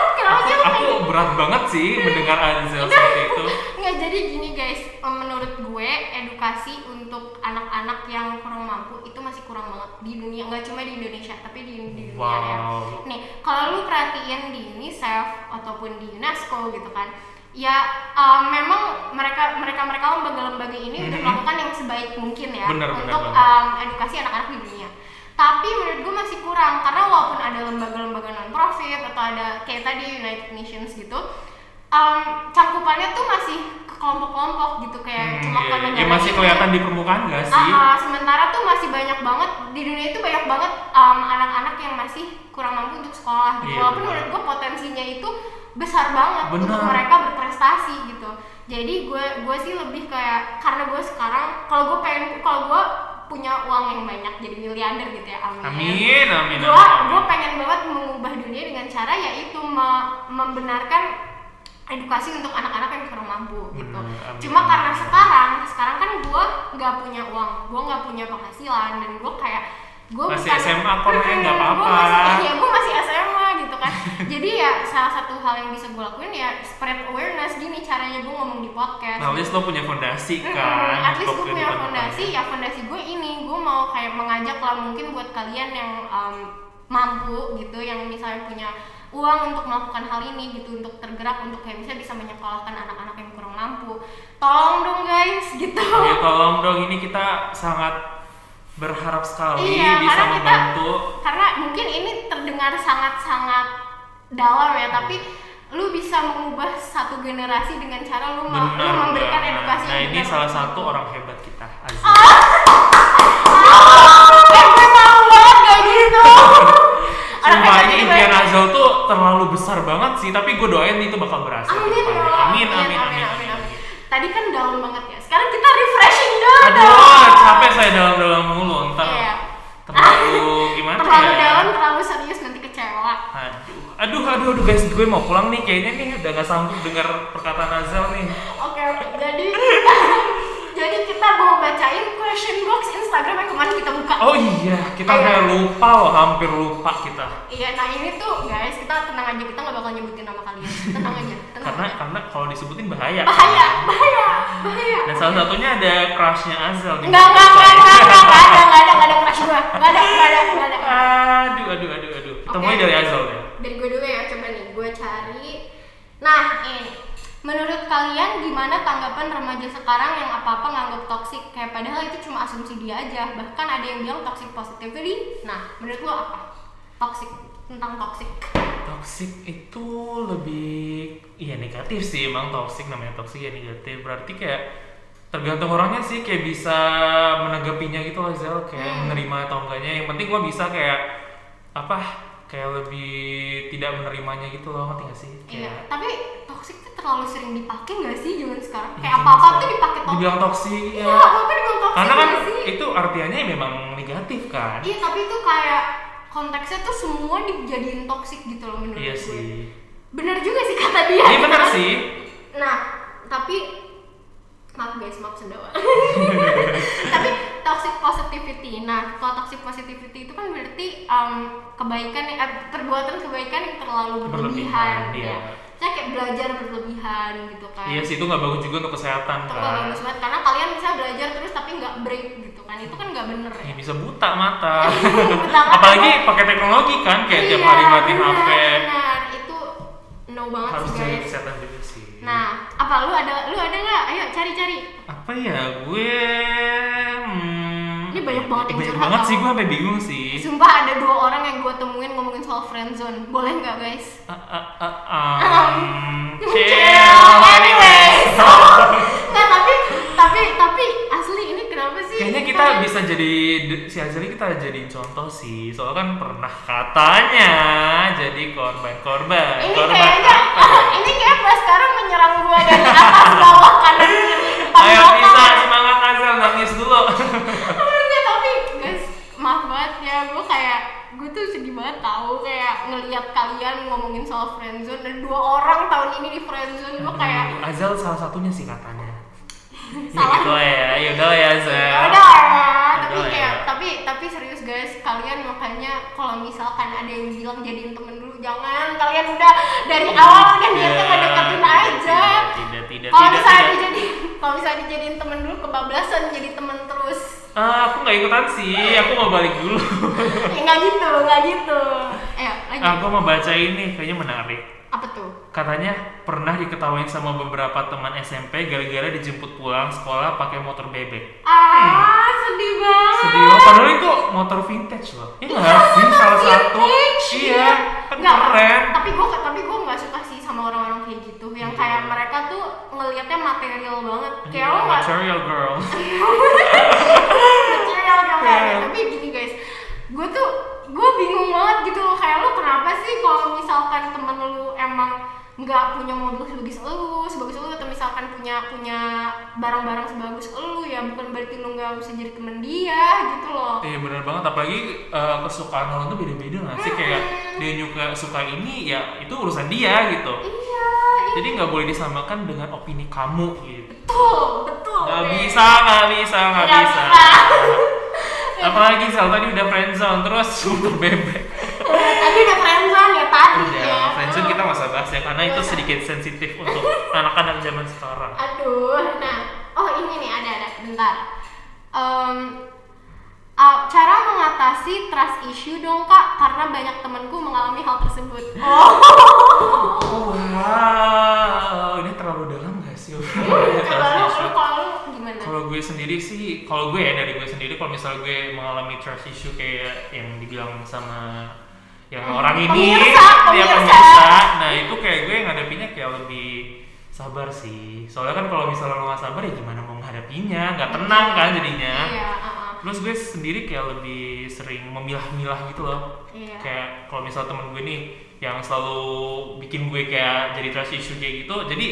[SPEAKER 2] [laughs] kenapa sih lo
[SPEAKER 1] aku
[SPEAKER 2] kayak gitu?
[SPEAKER 1] berat banget sih mendengar Azel seperti
[SPEAKER 2] [laughs]
[SPEAKER 1] itu
[SPEAKER 2] Nggak, jadi gini guys, em, menurut gue edukasi untuk anak-anak yang kurang mampu itu masih kurang banget di dunia, nggak cuma di Indonesia, tapi di, di dunia ya.
[SPEAKER 1] wow
[SPEAKER 2] Nih, kalau lu perhatiin di UNICEF ataupun di UNESCO gitu kan, ya eh, memang mereka mereka mereka lembaga-lembaga ini udah
[SPEAKER 1] Mhm.
[SPEAKER 2] melakukan yang sebaik mungkin ya
[SPEAKER 1] Bener, bener
[SPEAKER 2] untuk
[SPEAKER 1] banget.
[SPEAKER 2] em, edukasi anak-anak di dunia. Tapi menurut gue masih kurang karena walaupun ada lembaga-lembaga non profit atau ada kayak tadi United Nations gitu, em, cangkupannya um, tuh masih ke kelompok-kelompok gitu kayak
[SPEAKER 1] Hmm,
[SPEAKER 2] cuma
[SPEAKER 1] iya,
[SPEAKER 2] karena
[SPEAKER 1] iya. ya
[SPEAKER 2] negara gitu.
[SPEAKER 1] masih
[SPEAKER 2] ini.
[SPEAKER 1] kelihatan di permukaan gak
[SPEAKER 2] Ah,
[SPEAKER 1] sih?
[SPEAKER 2] ah, sementara tuh masih banyak banget di dunia itu banyak banget um, anak-anak yang masih kurang mampu untuk sekolah gitu.
[SPEAKER 1] Iya,
[SPEAKER 2] Walaupun
[SPEAKER 1] benar.
[SPEAKER 2] menurut gue potensinya itu besar banget untuk
[SPEAKER 1] Benar.
[SPEAKER 2] mereka berprestasi gitu. Jadi gue gue sih lebih kayak karena gue sekarang kalau gue pengen kalau gue punya uang yang banyak jadi miliarder gitu ya amin.
[SPEAKER 1] Amin, amin, amin.
[SPEAKER 2] Gue
[SPEAKER 1] amin.
[SPEAKER 2] gue Iya, pengen banget mengubah dunia dengan cara yaitu me- membenarkan edukasi untuk anak-anak yang kurang mampu gitu.
[SPEAKER 1] Benar, amin.
[SPEAKER 2] Cuma karena sekarang, sekarang kan gue nggak punya uang, gue nggak punya penghasilan dan gue kayak gue
[SPEAKER 1] Masih
[SPEAKER 2] bukan,
[SPEAKER 1] SMA kok, makanya nggak
[SPEAKER 2] Mm-mm, gua
[SPEAKER 1] apa-apa.
[SPEAKER 2] masih- Iya, gue masih SMA gitu
[SPEAKER 1] [laughs]
[SPEAKER 2] kan. Jadi ya salah satu hal yang bisa gue lakuin ya spread awareness gini caranya gue ngomong di podcast.
[SPEAKER 1] Nah, at least lo punya fondasi
[SPEAKER 2] Mm-mm,
[SPEAKER 1] kan.
[SPEAKER 2] at least
[SPEAKER 1] untuk
[SPEAKER 2] gue punya
[SPEAKER 1] kehidupan
[SPEAKER 2] fondasi
[SPEAKER 1] depannya.
[SPEAKER 2] ya fondasi gue ini gue mau kayak mengajak lah mungkin buat kalian yang um, mampu gitu yang misalnya punya uang untuk melakukan hal ini gitu untuk tergerak untuk kayak misalnya bisa menyekolahkan anak-anak yang kurang mampu tolong dong guys [laughs] gitu
[SPEAKER 1] Ya tolong dong ini kita sangat berharap sekali
[SPEAKER 2] Iya,
[SPEAKER 1] bisa
[SPEAKER 2] karena kita-
[SPEAKER 1] membantu.
[SPEAKER 2] karena mungkin ini terdengar sangat-sangat dalam ya tapi lu bisa mengubah satu generasi dengan cara lu, mau, lu
[SPEAKER 1] Benar,
[SPEAKER 2] memberikan
[SPEAKER 1] benar.
[SPEAKER 2] edukasi Ah,
[SPEAKER 1] Nah,
[SPEAKER 2] yang
[SPEAKER 1] ini
[SPEAKER 2] benar.
[SPEAKER 1] salah
[SPEAKER 2] [laughs]
[SPEAKER 1] satu orang hebat kita, Aziz.
[SPEAKER 2] Eh, gue malu banget kayak
[SPEAKER 1] [laughs]
[SPEAKER 2] gitu Orang
[SPEAKER 1] Sumpah
[SPEAKER 2] kayak
[SPEAKER 1] ini
[SPEAKER 2] gitu
[SPEAKER 1] impian
[SPEAKER 2] banyak.
[SPEAKER 1] Azal tuh terlalu besar banget sih, tapi gue doain itu bakal berhasil.
[SPEAKER 2] Amin ya Allah.
[SPEAKER 1] amin, amin, amin, amin,
[SPEAKER 2] amin. Tadi kan down banget ya. Sekarang kita refreshing dulu.
[SPEAKER 1] Aduh, capek saya dalam-dalam mulu, ntar
[SPEAKER 2] Iya.
[SPEAKER 1] terlalu gimana
[SPEAKER 2] Terlalu
[SPEAKER 1] ya?
[SPEAKER 2] down, terlalu serius nanti kecewa.
[SPEAKER 1] Aduh, aduh, aduh, aduh guys, gue mau pulang nih, kayaknya nih udah gak sanggup dengar perkataan Azal nih.
[SPEAKER 2] Oke, oke. jadi [laughs] jadi kita mau bacain question box Instagram yang kemarin kita buka.
[SPEAKER 1] Oh iya, kita
[SPEAKER 2] Ayo.
[SPEAKER 1] kayak lupa loh, hampir lupa kita.
[SPEAKER 2] Iya, nah ini tuh guys, kita tenang aja, kita nggak bakal nyebutin nama kalian. Tenang aja, tenang.
[SPEAKER 1] Karena karena kalau disebutin bahaya.
[SPEAKER 2] bahaya, bahaya, bahaya.
[SPEAKER 1] Dan salah satunya ada crushnya Azal nih.
[SPEAKER 2] Enggak, enggak, enggak, enggak, enggak, enggak ada, enggak ada, enggak ada crush gua. Enggak ada, enggak ada, enggak ada.
[SPEAKER 1] Aduh, aduh, aduh, aduh. Kita
[SPEAKER 2] Oke.
[SPEAKER 1] mulai dari Azal ya.
[SPEAKER 2] dari gue dulu ya coba nih gue cari nah ini menurut kalian gimana tanggapan remaja sekarang yang apa apa nganggap toksik kayak padahal itu cuma asumsi dia aja bahkan ada yang bilang toxic positivity nah menurut lo apa toxic tentang toxic
[SPEAKER 1] Toxic itu lebih ya negatif sih emang toxic namanya toxic ya negatif berarti kayak tergantung orangnya sih kayak bisa menanggapinya gitu loh Zel kayak
[SPEAKER 2] Hmm.
[SPEAKER 1] menerima atau enggaknya yang penting gua bisa kayak apa kayak lebih tidak menerimanya gitu loh ngerti gak sih kayak
[SPEAKER 2] iya tapi toxic tuh terlalu sering dipakai nggak sih zaman sekarang
[SPEAKER 1] ya,
[SPEAKER 2] kayak
[SPEAKER 1] cuman
[SPEAKER 2] apa apa
[SPEAKER 1] suka
[SPEAKER 2] tuh dipakai toxic
[SPEAKER 1] dibilang toxic ya.
[SPEAKER 2] iya apa apa dibilang toxic
[SPEAKER 1] karena kan
[SPEAKER 2] nggak sih
[SPEAKER 1] itu artinya memang negatif kan
[SPEAKER 2] iya tapi itu kayak konteksnya tuh semua dijadiin toxic gitu loh menurut
[SPEAKER 1] iya
[SPEAKER 2] gue
[SPEAKER 1] sih
[SPEAKER 2] bener juga sih kata dia
[SPEAKER 1] ini
[SPEAKER 2] gitu
[SPEAKER 1] benar
[SPEAKER 2] kan.
[SPEAKER 1] sih
[SPEAKER 2] Nah, tapi maaf guys, maaf
[SPEAKER 1] [laughs]
[SPEAKER 2] sendawa. tapi toxic positivity. Nah, kalau toxic positivity itu kan berarti em, kebaikan eh, perbuatan kebaikan yang terlalu berlebihan,
[SPEAKER 1] Berlebihan, iya.
[SPEAKER 2] Saya kayak belajar berlebihan gitu kan.
[SPEAKER 1] iya sih itu nggak bagus juga untuk
[SPEAKER 2] Itu
[SPEAKER 1] kesehatan
[SPEAKER 2] nggak
[SPEAKER 1] kan
[SPEAKER 2] bagus banget karena kalian bisa belajar terus tapi nggak break gitu kan. Itu kan nggak bener
[SPEAKER 1] Ya
[SPEAKER 2] ya.
[SPEAKER 1] bisa buta mata.
[SPEAKER 2] Iya, Buta mata.
[SPEAKER 1] [laughs] Apalagi pakai teknologi kan kayak tiap
[SPEAKER 2] Iya,
[SPEAKER 1] hari ngeliatin
[SPEAKER 2] benar,
[SPEAKER 1] HP.
[SPEAKER 2] Benar, itu no banget
[SPEAKER 1] Harus
[SPEAKER 2] sih
[SPEAKER 1] jaga
[SPEAKER 2] guys.
[SPEAKER 1] kesehatan juga sih.
[SPEAKER 2] Nah, apa lu ada lu ada nggak? Ayo cari-cari.
[SPEAKER 1] Apa ya gue hmm,
[SPEAKER 2] Ini banyak banget yang
[SPEAKER 1] banyak
[SPEAKER 2] curhat
[SPEAKER 1] banget
[SPEAKER 2] tau.
[SPEAKER 1] sih gue sampai bingung sih.
[SPEAKER 2] Sumpah ada dua orang yang gue temuin ngomongin soal friendzone Boleh nggak guys?
[SPEAKER 1] Ah, ah, ah, um,
[SPEAKER 2] Chill,
[SPEAKER 1] chill.
[SPEAKER 2] anyways [laughs] Nggak, tapi, tapi, tapi asli ini kenapa sih?
[SPEAKER 1] Kayaknya kita bisa jadi si Azali kita jadiin contoh sih. Soalnya kan pernah katanya jadi korban-korban.
[SPEAKER 2] Ini
[SPEAKER 1] korban
[SPEAKER 2] kayaknya,
[SPEAKER 1] apa? ya?
[SPEAKER 2] [laughs] ini kayak pas sekarang menyerang gue dari atas bawah kanan kiri depan
[SPEAKER 1] Ayo
[SPEAKER 2] belakang.
[SPEAKER 1] bisa semangat Azal nangis dulu.
[SPEAKER 2] Enggak, tapi guys maaf banget ya gue kayak gue tuh sedih banget tahu kayak ngelihat kalian ngomongin soal friendzone dan dua orang tahun ini di friendzone gue kayak
[SPEAKER 1] Hmm, Azal salah satunya sih
[SPEAKER 2] [laughs]
[SPEAKER 1] katanya. ya
[SPEAKER 2] Salah.
[SPEAKER 1] gitu lah ya, ya udah lah ya Azal.
[SPEAKER 2] Ya udah ya, tapi
[SPEAKER 1] Udah lah
[SPEAKER 2] kayak
[SPEAKER 1] ya.
[SPEAKER 2] tapi tapi serius guys, kalian makanya kalau misalkan ada yang bilang jadiin temen dulu jangan kalian udah dari
[SPEAKER 1] Iya.
[SPEAKER 2] awal Oh, udah niatnya
[SPEAKER 1] Tidak,
[SPEAKER 2] ngedeketin
[SPEAKER 1] Ya, tidak,
[SPEAKER 2] aja.
[SPEAKER 1] Tidak, tidak,
[SPEAKER 2] Kalau
[SPEAKER 1] iya, tidak.
[SPEAKER 2] misalnya
[SPEAKER 1] tidak.
[SPEAKER 2] dijadi kalau misalnya dijadiin temen dulu kebablasan jadi temen terus.
[SPEAKER 1] Ah, aku nggak ikutan sih, aku mau balik dulu.
[SPEAKER 2] ya nggak gitu, nggak gitu. Ayo lagi.
[SPEAKER 1] aku mau baca ini, kayaknya menarik.
[SPEAKER 2] Apa tuh?
[SPEAKER 1] Katanya pernah diketawain sama beberapa teman SMP gara-gara dijemput pulang sekolah pakai motor bebek.
[SPEAKER 2] Ah, sedih banget.
[SPEAKER 1] Sedih loh, padahal itu motor vintage loh. Iya nggak sih, salah satu.
[SPEAKER 2] Vintage,
[SPEAKER 1] Iya, kan
[SPEAKER 2] eh, Nggak,
[SPEAKER 1] keren.
[SPEAKER 2] tapi gue tapi gue nggak suka sih sama orang-orang kayak gitu yang kayak mereka tuh nge ngelihatnya material banget kayak lo
[SPEAKER 1] Iya,
[SPEAKER 2] nggak
[SPEAKER 1] material girl.
[SPEAKER 2] material dong kan
[SPEAKER 1] Iya.
[SPEAKER 2] tapi gini guys gue tuh gue bingung banget gitu loh kayak lo kenapa sih kalau misalkan temen lu emang nggak punya mobil sebagus lu sebagus lu atau misalkan punya punya barang-barang sebagus lu ya bukan berarti lu nggak bisa jadi temen dia gitu loh
[SPEAKER 1] Iya bener banget, apalagi eh, kesukaan orang tuh beda-beda nggak sih? Kayak dia nyuka suka ini, ya itu urusan dia gitu.
[SPEAKER 2] iya iya
[SPEAKER 1] Jadi nggak boleh disamakan dengan opini kamu gitu.
[SPEAKER 2] betul betul
[SPEAKER 1] Nggak
[SPEAKER 2] guys.
[SPEAKER 1] bisa, nggak bisa, nggak
[SPEAKER 2] Nggak
[SPEAKER 1] bisa.
[SPEAKER 2] bisa.
[SPEAKER 1] [laughs] Apalagi Sel tadi udah friendzone, terus super bebek.
[SPEAKER 2] Eh, tadi udah friendzone ya tadi ya
[SPEAKER 1] Ya, friendzone kita nggak usah bahas ya, karena itu
[SPEAKER 2] Nggak usah.
[SPEAKER 1] sedikit sensitif
[SPEAKER 2] [laughs]
[SPEAKER 1] untuk anak-anak zaman sekarang.
[SPEAKER 2] Aduh, nah, oh ini nih ada ada, bentar. Em, uh, cara mengatasi trust issue dong kak, karena banyak temanku mengalami hal tersebut.
[SPEAKER 1] [laughs]
[SPEAKER 2] Oh,
[SPEAKER 1] Wow, ini terlalu dalam nggak sih?
[SPEAKER 2] Iya, coba lu, lu kalau lu gimana?
[SPEAKER 1] Kalau gue sendiri sih, kalau gue ya dari gue sendiri, kalau misalnya gue mengalami trust issue kayak yang dibilang sama yang
[SPEAKER 2] Hmm,
[SPEAKER 1] orang ini,
[SPEAKER 2] pemirsa,
[SPEAKER 1] ya
[SPEAKER 2] pemirsa.
[SPEAKER 1] pemirsa, nah itu kayak gue ngadepinnya kayak lebih sabar sih. Soalnya kan kalau misalnya lo nggak sabar ya gimana mau menghadapinya, nggak tenang kan jadinya.
[SPEAKER 2] Iya, uh-uh.
[SPEAKER 1] Terus gue sendiri kayak lebih sering memilah-milah gitu loh.
[SPEAKER 2] Iya.
[SPEAKER 1] Kayak kalau misal temen gue nih yang selalu bikin gue kayak jadi trust issue kayak gitu, jadi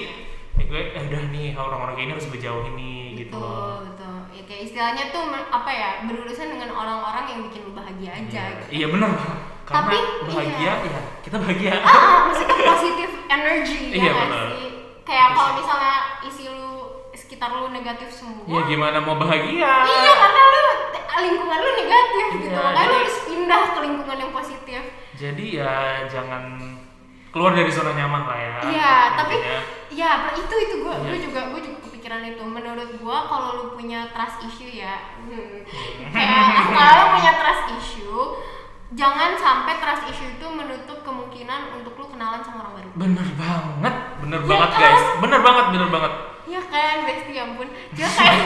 [SPEAKER 1] ya gue eh, udah nih orang-orang kayak ini harus gue jauhin nih gitu
[SPEAKER 2] betul,
[SPEAKER 1] loh.
[SPEAKER 2] betul. Ya, kayak istilahnya tuh men- apa ya berurusan dengan orang-orang yang bikin lu bahagia aja.
[SPEAKER 1] Iya,
[SPEAKER 2] gitu.
[SPEAKER 1] iya bener banget. Karena
[SPEAKER 2] Tapi,
[SPEAKER 1] bahagia
[SPEAKER 2] iya.
[SPEAKER 1] ya kita bahagia.
[SPEAKER 2] [laughs] Ah, ah, maksudnya positif energy
[SPEAKER 1] Iya,
[SPEAKER 2] ya nggak
[SPEAKER 1] benar.
[SPEAKER 2] sih. Kayak
[SPEAKER 1] Terus-
[SPEAKER 2] kalau misalnya isi lu sekitar lu negatif semua.
[SPEAKER 1] Ya gimana mau bahagia?
[SPEAKER 2] Iya karena lu lingkungan lu negatif gitu,
[SPEAKER 1] Iya,
[SPEAKER 2] makanya lu
[SPEAKER 1] jadi-
[SPEAKER 2] harus pindah ke lingkungan yang positif.
[SPEAKER 1] Jadi ya jangan keluar dari zona nyaman lah ya.
[SPEAKER 2] Iya, tapi
[SPEAKER 1] Intinya.
[SPEAKER 2] ya ber- itu itu gue
[SPEAKER 1] Iya.
[SPEAKER 2] gue juga gue juga kepikiran itu. Menurut gue kalau lu punya trust issue ya, hmm, kayak kalau lu punya trust issue, jangan sampai trust issue itu menutup kemungkinan untuk lu kenalan sama orang baru.
[SPEAKER 1] bener banget, bener
[SPEAKER 2] Iya
[SPEAKER 1] banget
[SPEAKER 2] kan?
[SPEAKER 1] guys, bener banget, bener banget.
[SPEAKER 2] Ya kan, besti ya ampun. Ya kan, [laughs]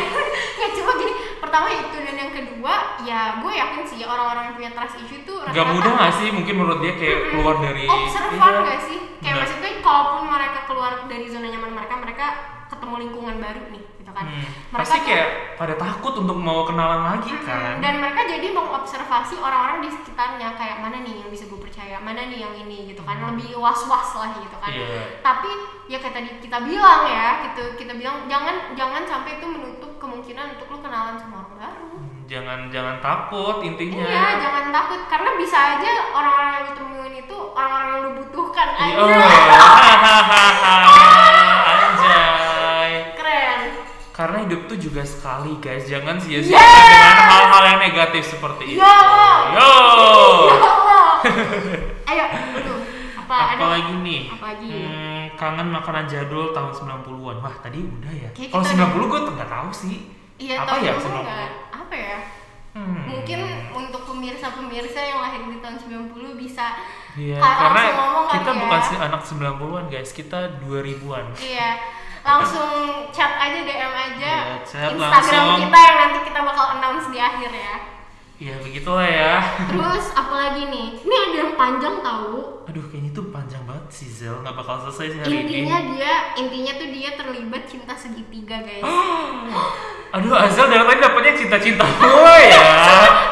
[SPEAKER 2] ya cuma gini. Pertama itu dan yang kedua, ya gue yakin sih orang-orang yang punya trust issue tuh
[SPEAKER 1] Gak
[SPEAKER 2] rata-rata
[SPEAKER 1] mudah gak sih mungkin menurut dia kayak keluar
[SPEAKER 2] Eh,
[SPEAKER 1] dari
[SPEAKER 2] observan
[SPEAKER 1] Iya.
[SPEAKER 2] gak sih? Kayak kan.
[SPEAKER 1] Bener.
[SPEAKER 2] maksudnya kalaupun mereka keluar dari zona nyaman mereka, mereka ketemu lingkungan baru nih, gitu kan.
[SPEAKER 1] Hmm,
[SPEAKER 2] Mereka
[SPEAKER 1] pasti
[SPEAKER 2] tuh-
[SPEAKER 1] kayak pada takut untuk mau kenalan lagi
[SPEAKER 2] Mm-mm.
[SPEAKER 1] kan
[SPEAKER 2] Dan mereka jadi mengobservasi orang-orang di sekitarnya kayak mana nih yang bisa gue percaya, mana nih yang ini gitu kan. Lebih was-was lah gitu kan.
[SPEAKER 1] Hmm. Iya.
[SPEAKER 2] Tapi ya kayak tadi kita bilang ya, gitu kita bilang jangan jangan sampai itu menutup kemungkinan untuk lu kenalan sama orang baru.
[SPEAKER 1] jangan jangan takut intinya
[SPEAKER 2] Iya, jangan takut karena bisa aja orang-orang yang ditemuin itu orang-orang yang lu butuhkan.
[SPEAKER 1] Iya.
[SPEAKER 2] Anjay.
[SPEAKER 1] anjay
[SPEAKER 2] Keren.
[SPEAKER 1] karena hidup tuh juga sekali guys jangan sia-siakan
[SPEAKER 2] Yes!
[SPEAKER 1] dengan hal-hal yang negatif seperti
[SPEAKER 2] Yo!
[SPEAKER 1] itu yo
[SPEAKER 2] Ya Allah. Ayo, dulu. Apa, ada?
[SPEAKER 1] apa lagi nih
[SPEAKER 2] Apa lagi?
[SPEAKER 1] Hmm, kangen makanan jadul tahun 90-an wah tadi udah ya
[SPEAKER 2] Kayak
[SPEAKER 1] kalau
[SPEAKER 2] kita
[SPEAKER 1] 90 gue nggak tahu sih
[SPEAKER 2] Iya,
[SPEAKER 1] apa
[SPEAKER 2] tahun
[SPEAKER 1] ya
[SPEAKER 2] dulu
[SPEAKER 1] 90
[SPEAKER 2] nggak? Apa ya?
[SPEAKER 1] Hmm.
[SPEAKER 2] Mungkin untuk pemirsa-pemirsa yang lahir di tahun 90 bisa
[SPEAKER 1] Iya,
[SPEAKER 2] ka-
[SPEAKER 1] karena
[SPEAKER 2] langsung ngomong
[SPEAKER 1] kita
[SPEAKER 2] kali
[SPEAKER 1] bukan
[SPEAKER 2] ya.
[SPEAKER 1] si anak 90-an guys, kita 2000-an.
[SPEAKER 2] Iya. Langsung chat aja DM aja
[SPEAKER 1] Iya, chat
[SPEAKER 2] Instagram
[SPEAKER 1] langsung.
[SPEAKER 2] kita yang nanti kita bakal announce di akhir ya.
[SPEAKER 1] Ya begitulah ya.
[SPEAKER 2] Terus apalagi nih? Ini ada yang panjang tahu.
[SPEAKER 1] Aduh, kayaknya itu panjang banget sih Zel, nggak bakal selesai sih hari
[SPEAKER 2] intinya
[SPEAKER 1] ini.
[SPEAKER 2] dia intinya tuh dia terlibat cinta segitiga guys
[SPEAKER 1] Aduh, Azel dari tadi dapetnya cinta-cinta gue
[SPEAKER 2] [laughs]
[SPEAKER 1] ya.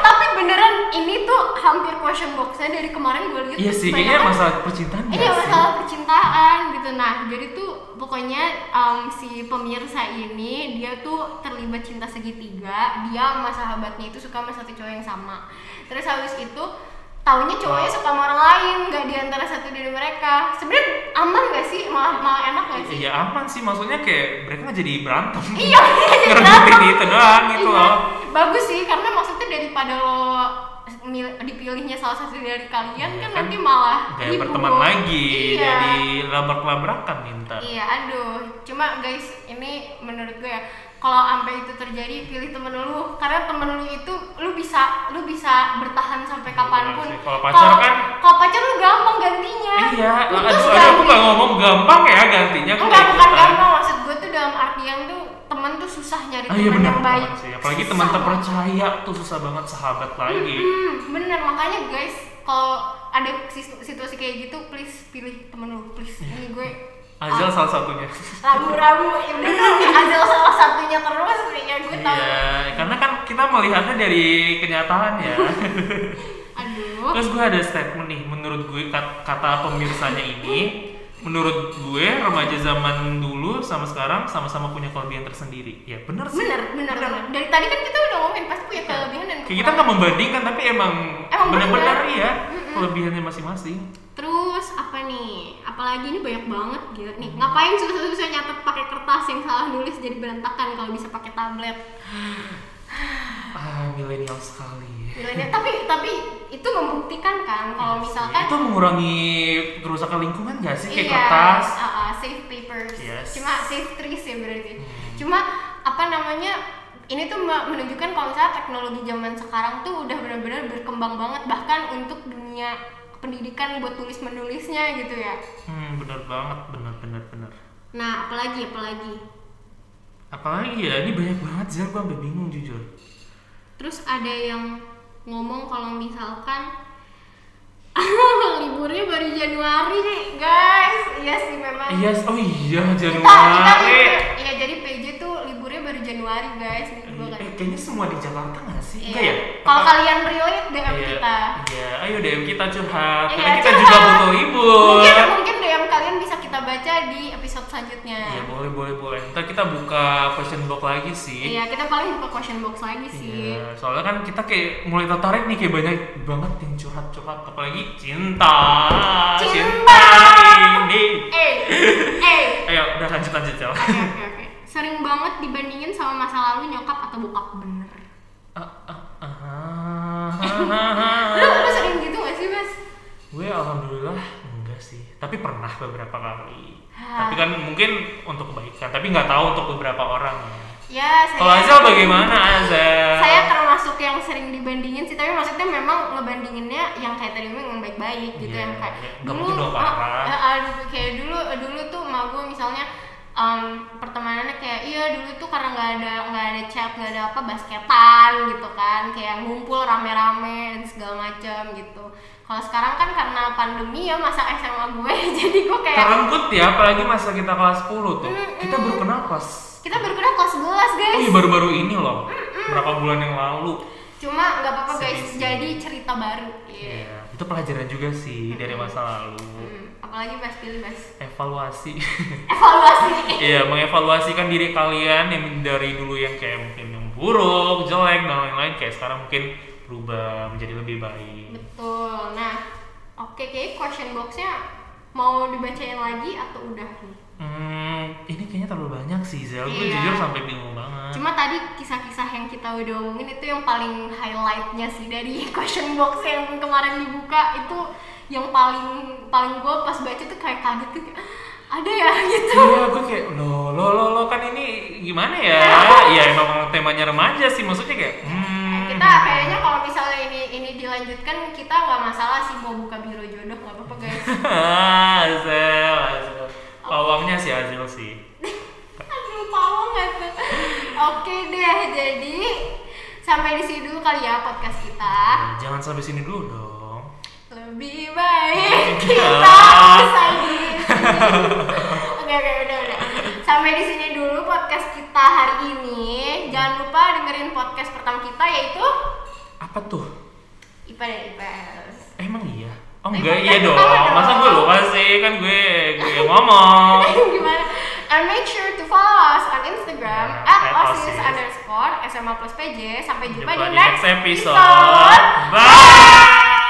[SPEAKER 2] tapi beneran ini tuh hampir question boxnya dari kemarin gue lihat
[SPEAKER 1] Iya
[SPEAKER 2] tuh
[SPEAKER 1] sih, kayaknya
[SPEAKER 2] kebanyakan-
[SPEAKER 1] masalah percintaan
[SPEAKER 2] kan? iya
[SPEAKER 1] nggak sih?
[SPEAKER 2] masalah percintaan gitu nah jadi tuh pokoknya em, si pemirsa ini dia tuh terlibat cinta segitiga dia sama sahabatnya itu suka sama satu cowok yang sama terus habis itu taunya cowoknya suka sama orang lain nggak diantara satu dari mereka sebenarnya aman gak sih malah malah enak gak sih
[SPEAKER 1] Iya aman sih, maksudnya kayak mereka nggak jadi berantem.
[SPEAKER 2] [laughs] iya jadi
[SPEAKER 1] Ngerebutin
[SPEAKER 2] kenapa?
[SPEAKER 1] itu doang gitu
[SPEAKER 2] Iya.
[SPEAKER 1] loh.
[SPEAKER 2] Bagus sih karena maksudnya daripada lo mil- dipilihnya salah satu dari kalian
[SPEAKER 1] Iya,
[SPEAKER 2] kan
[SPEAKER 1] kan
[SPEAKER 2] nanti malah
[SPEAKER 1] Kayak
[SPEAKER 2] ribut.
[SPEAKER 1] berteman lagi,
[SPEAKER 2] Iya.
[SPEAKER 1] jadi labrak-labrakan nih ntar.
[SPEAKER 2] Iya, aduh. Cuma guys, ini menurut gue ya, kalau sampai itu terjadi pilih temen lu karena temen lu itu lu bisa lu bisa bertahan sampai kapanpun.
[SPEAKER 1] Iya, sih. Kalau pacar
[SPEAKER 2] Kalau-
[SPEAKER 1] kan-
[SPEAKER 2] kalau pacar lu gampang gantinya.
[SPEAKER 1] Iya,
[SPEAKER 2] Putus
[SPEAKER 1] aduh, aduh, aku
[SPEAKER 2] ganti.
[SPEAKER 1] nggak ngomong gampang ya gantinya. aku
[SPEAKER 2] Enggak,
[SPEAKER 1] kayak
[SPEAKER 2] bukan
[SPEAKER 1] gitu.
[SPEAKER 2] gampang maksud gue tuh dalam artian tuh temen tuh susah nyari
[SPEAKER 1] Ah,
[SPEAKER 2] temen
[SPEAKER 1] iya benar
[SPEAKER 2] yang baik.
[SPEAKER 1] banget sih. Apalagi
[SPEAKER 2] Susah
[SPEAKER 1] teman
[SPEAKER 2] banget.
[SPEAKER 1] terpercaya tuh susah banget sahabat lagi.
[SPEAKER 2] Hmm, bener makanya
[SPEAKER 1] Iya.
[SPEAKER 2] guys kalau ada situ- situasi kayak gitu please pilih temen lu please ini gue
[SPEAKER 1] Azal salah satunya.
[SPEAKER 2] ragu-ragu ya bener kan Azel salah satunya terus nih ya gue tau
[SPEAKER 1] Iya, karena kan kita melihatnya dari kenyataan
[SPEAKER 2] [laughs]
[SPEAKER 1] ya.
[SPEAKER 2] aduh
[SPEAKER 1] Terus gue ada statement nih, menurut gue kat- kata pemirsanya ini, menurut gue remaja zaman dulu sama sekarang sama-sama punya kelebihan tersendiri. Ya bener sih.
[SPEAKER 2] bener bener bener dari tadi kan kita udah ngomongin pasti punya kelebihan dan
[SPEAKER 1] Iya. Kayak kita nggak membandingkan tapi emang,
[SPEAKER 2] Emang
[SPEAKER 1] benar-benar
[SPEAKER 2] bener.
[SPEAKER 1] ya
[SPEAKER 2] Mm-mm.
[SPEAKER 1] kelebihannya masing-masing.
[SPEAKER 2] Terus apa nih? Apalagi ini banyak banget gitu nih. Ngapain susah-susah nyatet pakai kertas yang salah nulis jadi berantakan kalau bisa pakai tablet.
[SPEAKER 1] Ah, milenial sekali.
[SPEAKER 2] Bilangnya, tapi tapi itu membuktikan kan kalau
[SPEAKER 1] Iya
[SPEAKER 2] misalkan
[SPEAKER 1] Itu mengurangi kerusakan lingkungan gak sih kayak
[SPEAKER 2] iya,
[SPEAKER 1] kertas?
[SPEAKER 2] uh-uh, safe papers.
[SPEAKER 1] Yes. Hmm.
[SPEAKER 2] Cuma safe trees ya berarti. Cuma apa namanya? Ini tuh me- menunjukkan kalau misalnya teknologi zaman sekarang tuh udah benar-benar berkembang banget bahkan untuk dunia pendidikan buat tulis menulisnya gitu ya.
[SPEAKER 1] Hmm, bener banget, bener bener bener.
[SPEAKER 2] Nah, apalagi apalagi?
[SPEAKER 1] Apalagi ya, ini banyak banget sih, gue sampai bingung jujur.
[SPEAKER 2] Terus ada yang ngomong kalau misalkan [laughs] liburnya baru Januari, guys. Iya sih memang.
[SPEAKER 1] Iya, oh iya
[SPEAKER 2] Kita, kita
[SPEAKER 1] Januari.
[SPEAKER 2] libur- Iya, jadi PJ tuh liburnya baru Januari, guys. Nih, gua kan.
[SPEAKER 1] Eh, kayaknya semua di Jakarta gak sih?
[SPEAKER 2] Iya.
[SPEAKER 1] Enggak ya?
[SPEAKER 2] Kalau
[SPEAKER 1] Apa-
[SPEAKER 2] kalian relate DM
[SPEAKER 1] Iya,
[SPEAKER 2] kita.
[SPEAKER 1] Iya, ayo DM kita curhat.
[SPEAKER 2] Iya,
[SPEAKER 1] Karena kita
[SPEAKER 2] curhat.
[SPEAKER 1] juga butuh Iya, libur.
[SPEAKER 2] Mungkin mungkin DM kalian bisa kita baca di episode selanjutnya.
[SPEAKER 1] Iya, boleh boleh boleh. Ntar kita buka question box lagi sih.
[SPEAKER 2] Iya, kita paling buka question box lagi sih.
[SPEAKER 1] Iya, soalnya kan kita kayak mulai tertarik nih kayak banyak banget yang curhat-curhat apalagi cinta.
[SPEAKER 2] Cinta.
[SPEAKER 1] ini.
[SPEAKER 2] Eh, eh.
[SPEAKER 1] Ayo, udah lanjut lanjut ya.
[SPEAKER 2] Oke, oke, oke. Sering banget dibandingin sama masa lalu nyokap atau bokap bener.
[SPEAKER 1] Ah,
[SPEAKER 2] lu, lu sering gitu gak sih mas?
[SPEAKER 1] Gue ah. alhamdulillah enggak sih, tapi pernah beberapa kali.
[SPEAKER 2] Hah.
[SPEAKER 1] Tapi kan mungkin untuk kebaikan, tapi nggak tahu untuk beberapa orang. ya.
[SPEAKER 2] Ya saya
[SPEAKER 1] Kalau Azal bagaimana Azal?
[SPEAKER 2] Saya termasuk yang sering dibandingin sih Tapi maksudnya memang ngebandinginnya yang kayak tadi memang baik-baik gitu
[SPEAKER 1] Iya,
[SPEAKER 2] yang kayak
[SPEAKER 1] iya. Nggak mungkin
[SPEAKER 2] ah,
[SPEAKER 1] dong, parah.
[SPEAKER 2] ah, ah, dulu- kayak dulu dulu tuh emak gue misalnya em, pertemanannya kayak iya dulu tuh karena nggak ada nggak ada chat nggak ada apa basketan gitu kan kayak ngumpul rame-rame dan segala macem gitu kalau sekarang kan karena pandemi ya masa SMA gue [laughs] jadi gue kayak
[SPEAKER 1] Terenggut ya, apalagi masa kita kelas 10 tuh. Kita baru kenal kelas.
[SPEAKER 2] kita berkurang kelas 11 guys
[SPEAKER 1] Oh iya, baru-baru ini loh. Berapa bulan yang lalu.
[SPEAKER 2] cuma nggak apa-apa guys
[SPEAKER 1] Sedih sih.
[SPEAKER 2] jadi cerita baru Iya.
[SPEAKER 1] Iya, itu pelajaran juga sih dari masa lalu.
[SPEAKER 2] Hmm, apalagi mas pilih mas
[SPEAKER 1] Evaluasi. [laughs]
[SPEAKER 2] evaluasi
[SPEAKER 1] Iya, mengevaluasikan diri kalian yang dari dulu yang kayak mungkin yang buruk, jelek dan lain-lain kayak sekarang mungkin berubah menjadi lebih baik.
[SPEAKER 2] betul nah oke kayak question boxnya mau dibacain lagi atau udah nih
[SPEAKER 1] Hmm, ini kayaknya terlalu banyak sih Zel. Gue
[SPEAKER 2] Iya.
[SPEAKER 1] jujur sampai bingung banget.
[SPEAKER 2] cuma tadi kisah-kisah yang kita udah omongin itu yang paling highlightnya sih dari [laughs] question box yang kemarin dibuka itu yang paling paling gue pas baca tuh kayak kaget tuh kayak, "Ah, ada ya [laughs] gitu
[SPEAKER 1] Iya, gue kayak lo lo lo lo kan ini gimana ya? Iya, emang temanya remaja sih maksudnya kayak. Hmm,
[SPEAKER 2] kita kayaknya kalau misalnya ini ini dilanjutkan kita nggak masalah sih mau buka biro jodoh nggak apa-apa guys
[SPEAKER 1] [laughs] Azel, Azel. Pawangnya si Azel sih.
[SPEAKER 2] Aduh, mau nggak tuh? Oke deh, jadi sampai di sini dulu kali ya podcast kita.
[SPEAKER 1] Nah, jangan sampai sini dulu dong.
[SPEAKER 2] Lebih baik [laughs] kita
[SPEAKER 1] Ah.
[SPEAKER 2] usai di sini. Oke, oke, udah, udah. Sampai di sini dulu podcast kita hari ini. Jangan lupa dengerin podcast pertama kita yaitu
[SPEAKER 1] Apa tuh?
[SPEAKER 2] IPA dan IPS.
[SPEAKER 1] Emang iya? Oh
[SPEAKER 2] Eh,
[SPEAKER 1] enggak,
[SPEAKER 2] kan
[SPEAKER 1] iya
[SPEAKER 2] kita
[SPEAKER 1] dong.
[SPEAKER 2] tahu dong.
[SPEAKER 1] Masa gue lupa sih? Kan gue gue yang ngomong.
[SPEAKER 2] [laughs] Gimana? And make sure to follow us on Instagram
[SPEAKER 1] Ya,
[SPEAKER 2] at
[SPEAKER 1] at
[SPEAKER 2] osis
[SPEAKER 1] OSIS.
[SPEAKER 2] underscore SMA plus PJ. Sampai jumpa,
[SPEAKER 1] Jumpa
[SPEAKER 2] di next
[SPEAKER 1] episode.
[SPEAKER 2] episode.
[SPEAKER 1] Bye.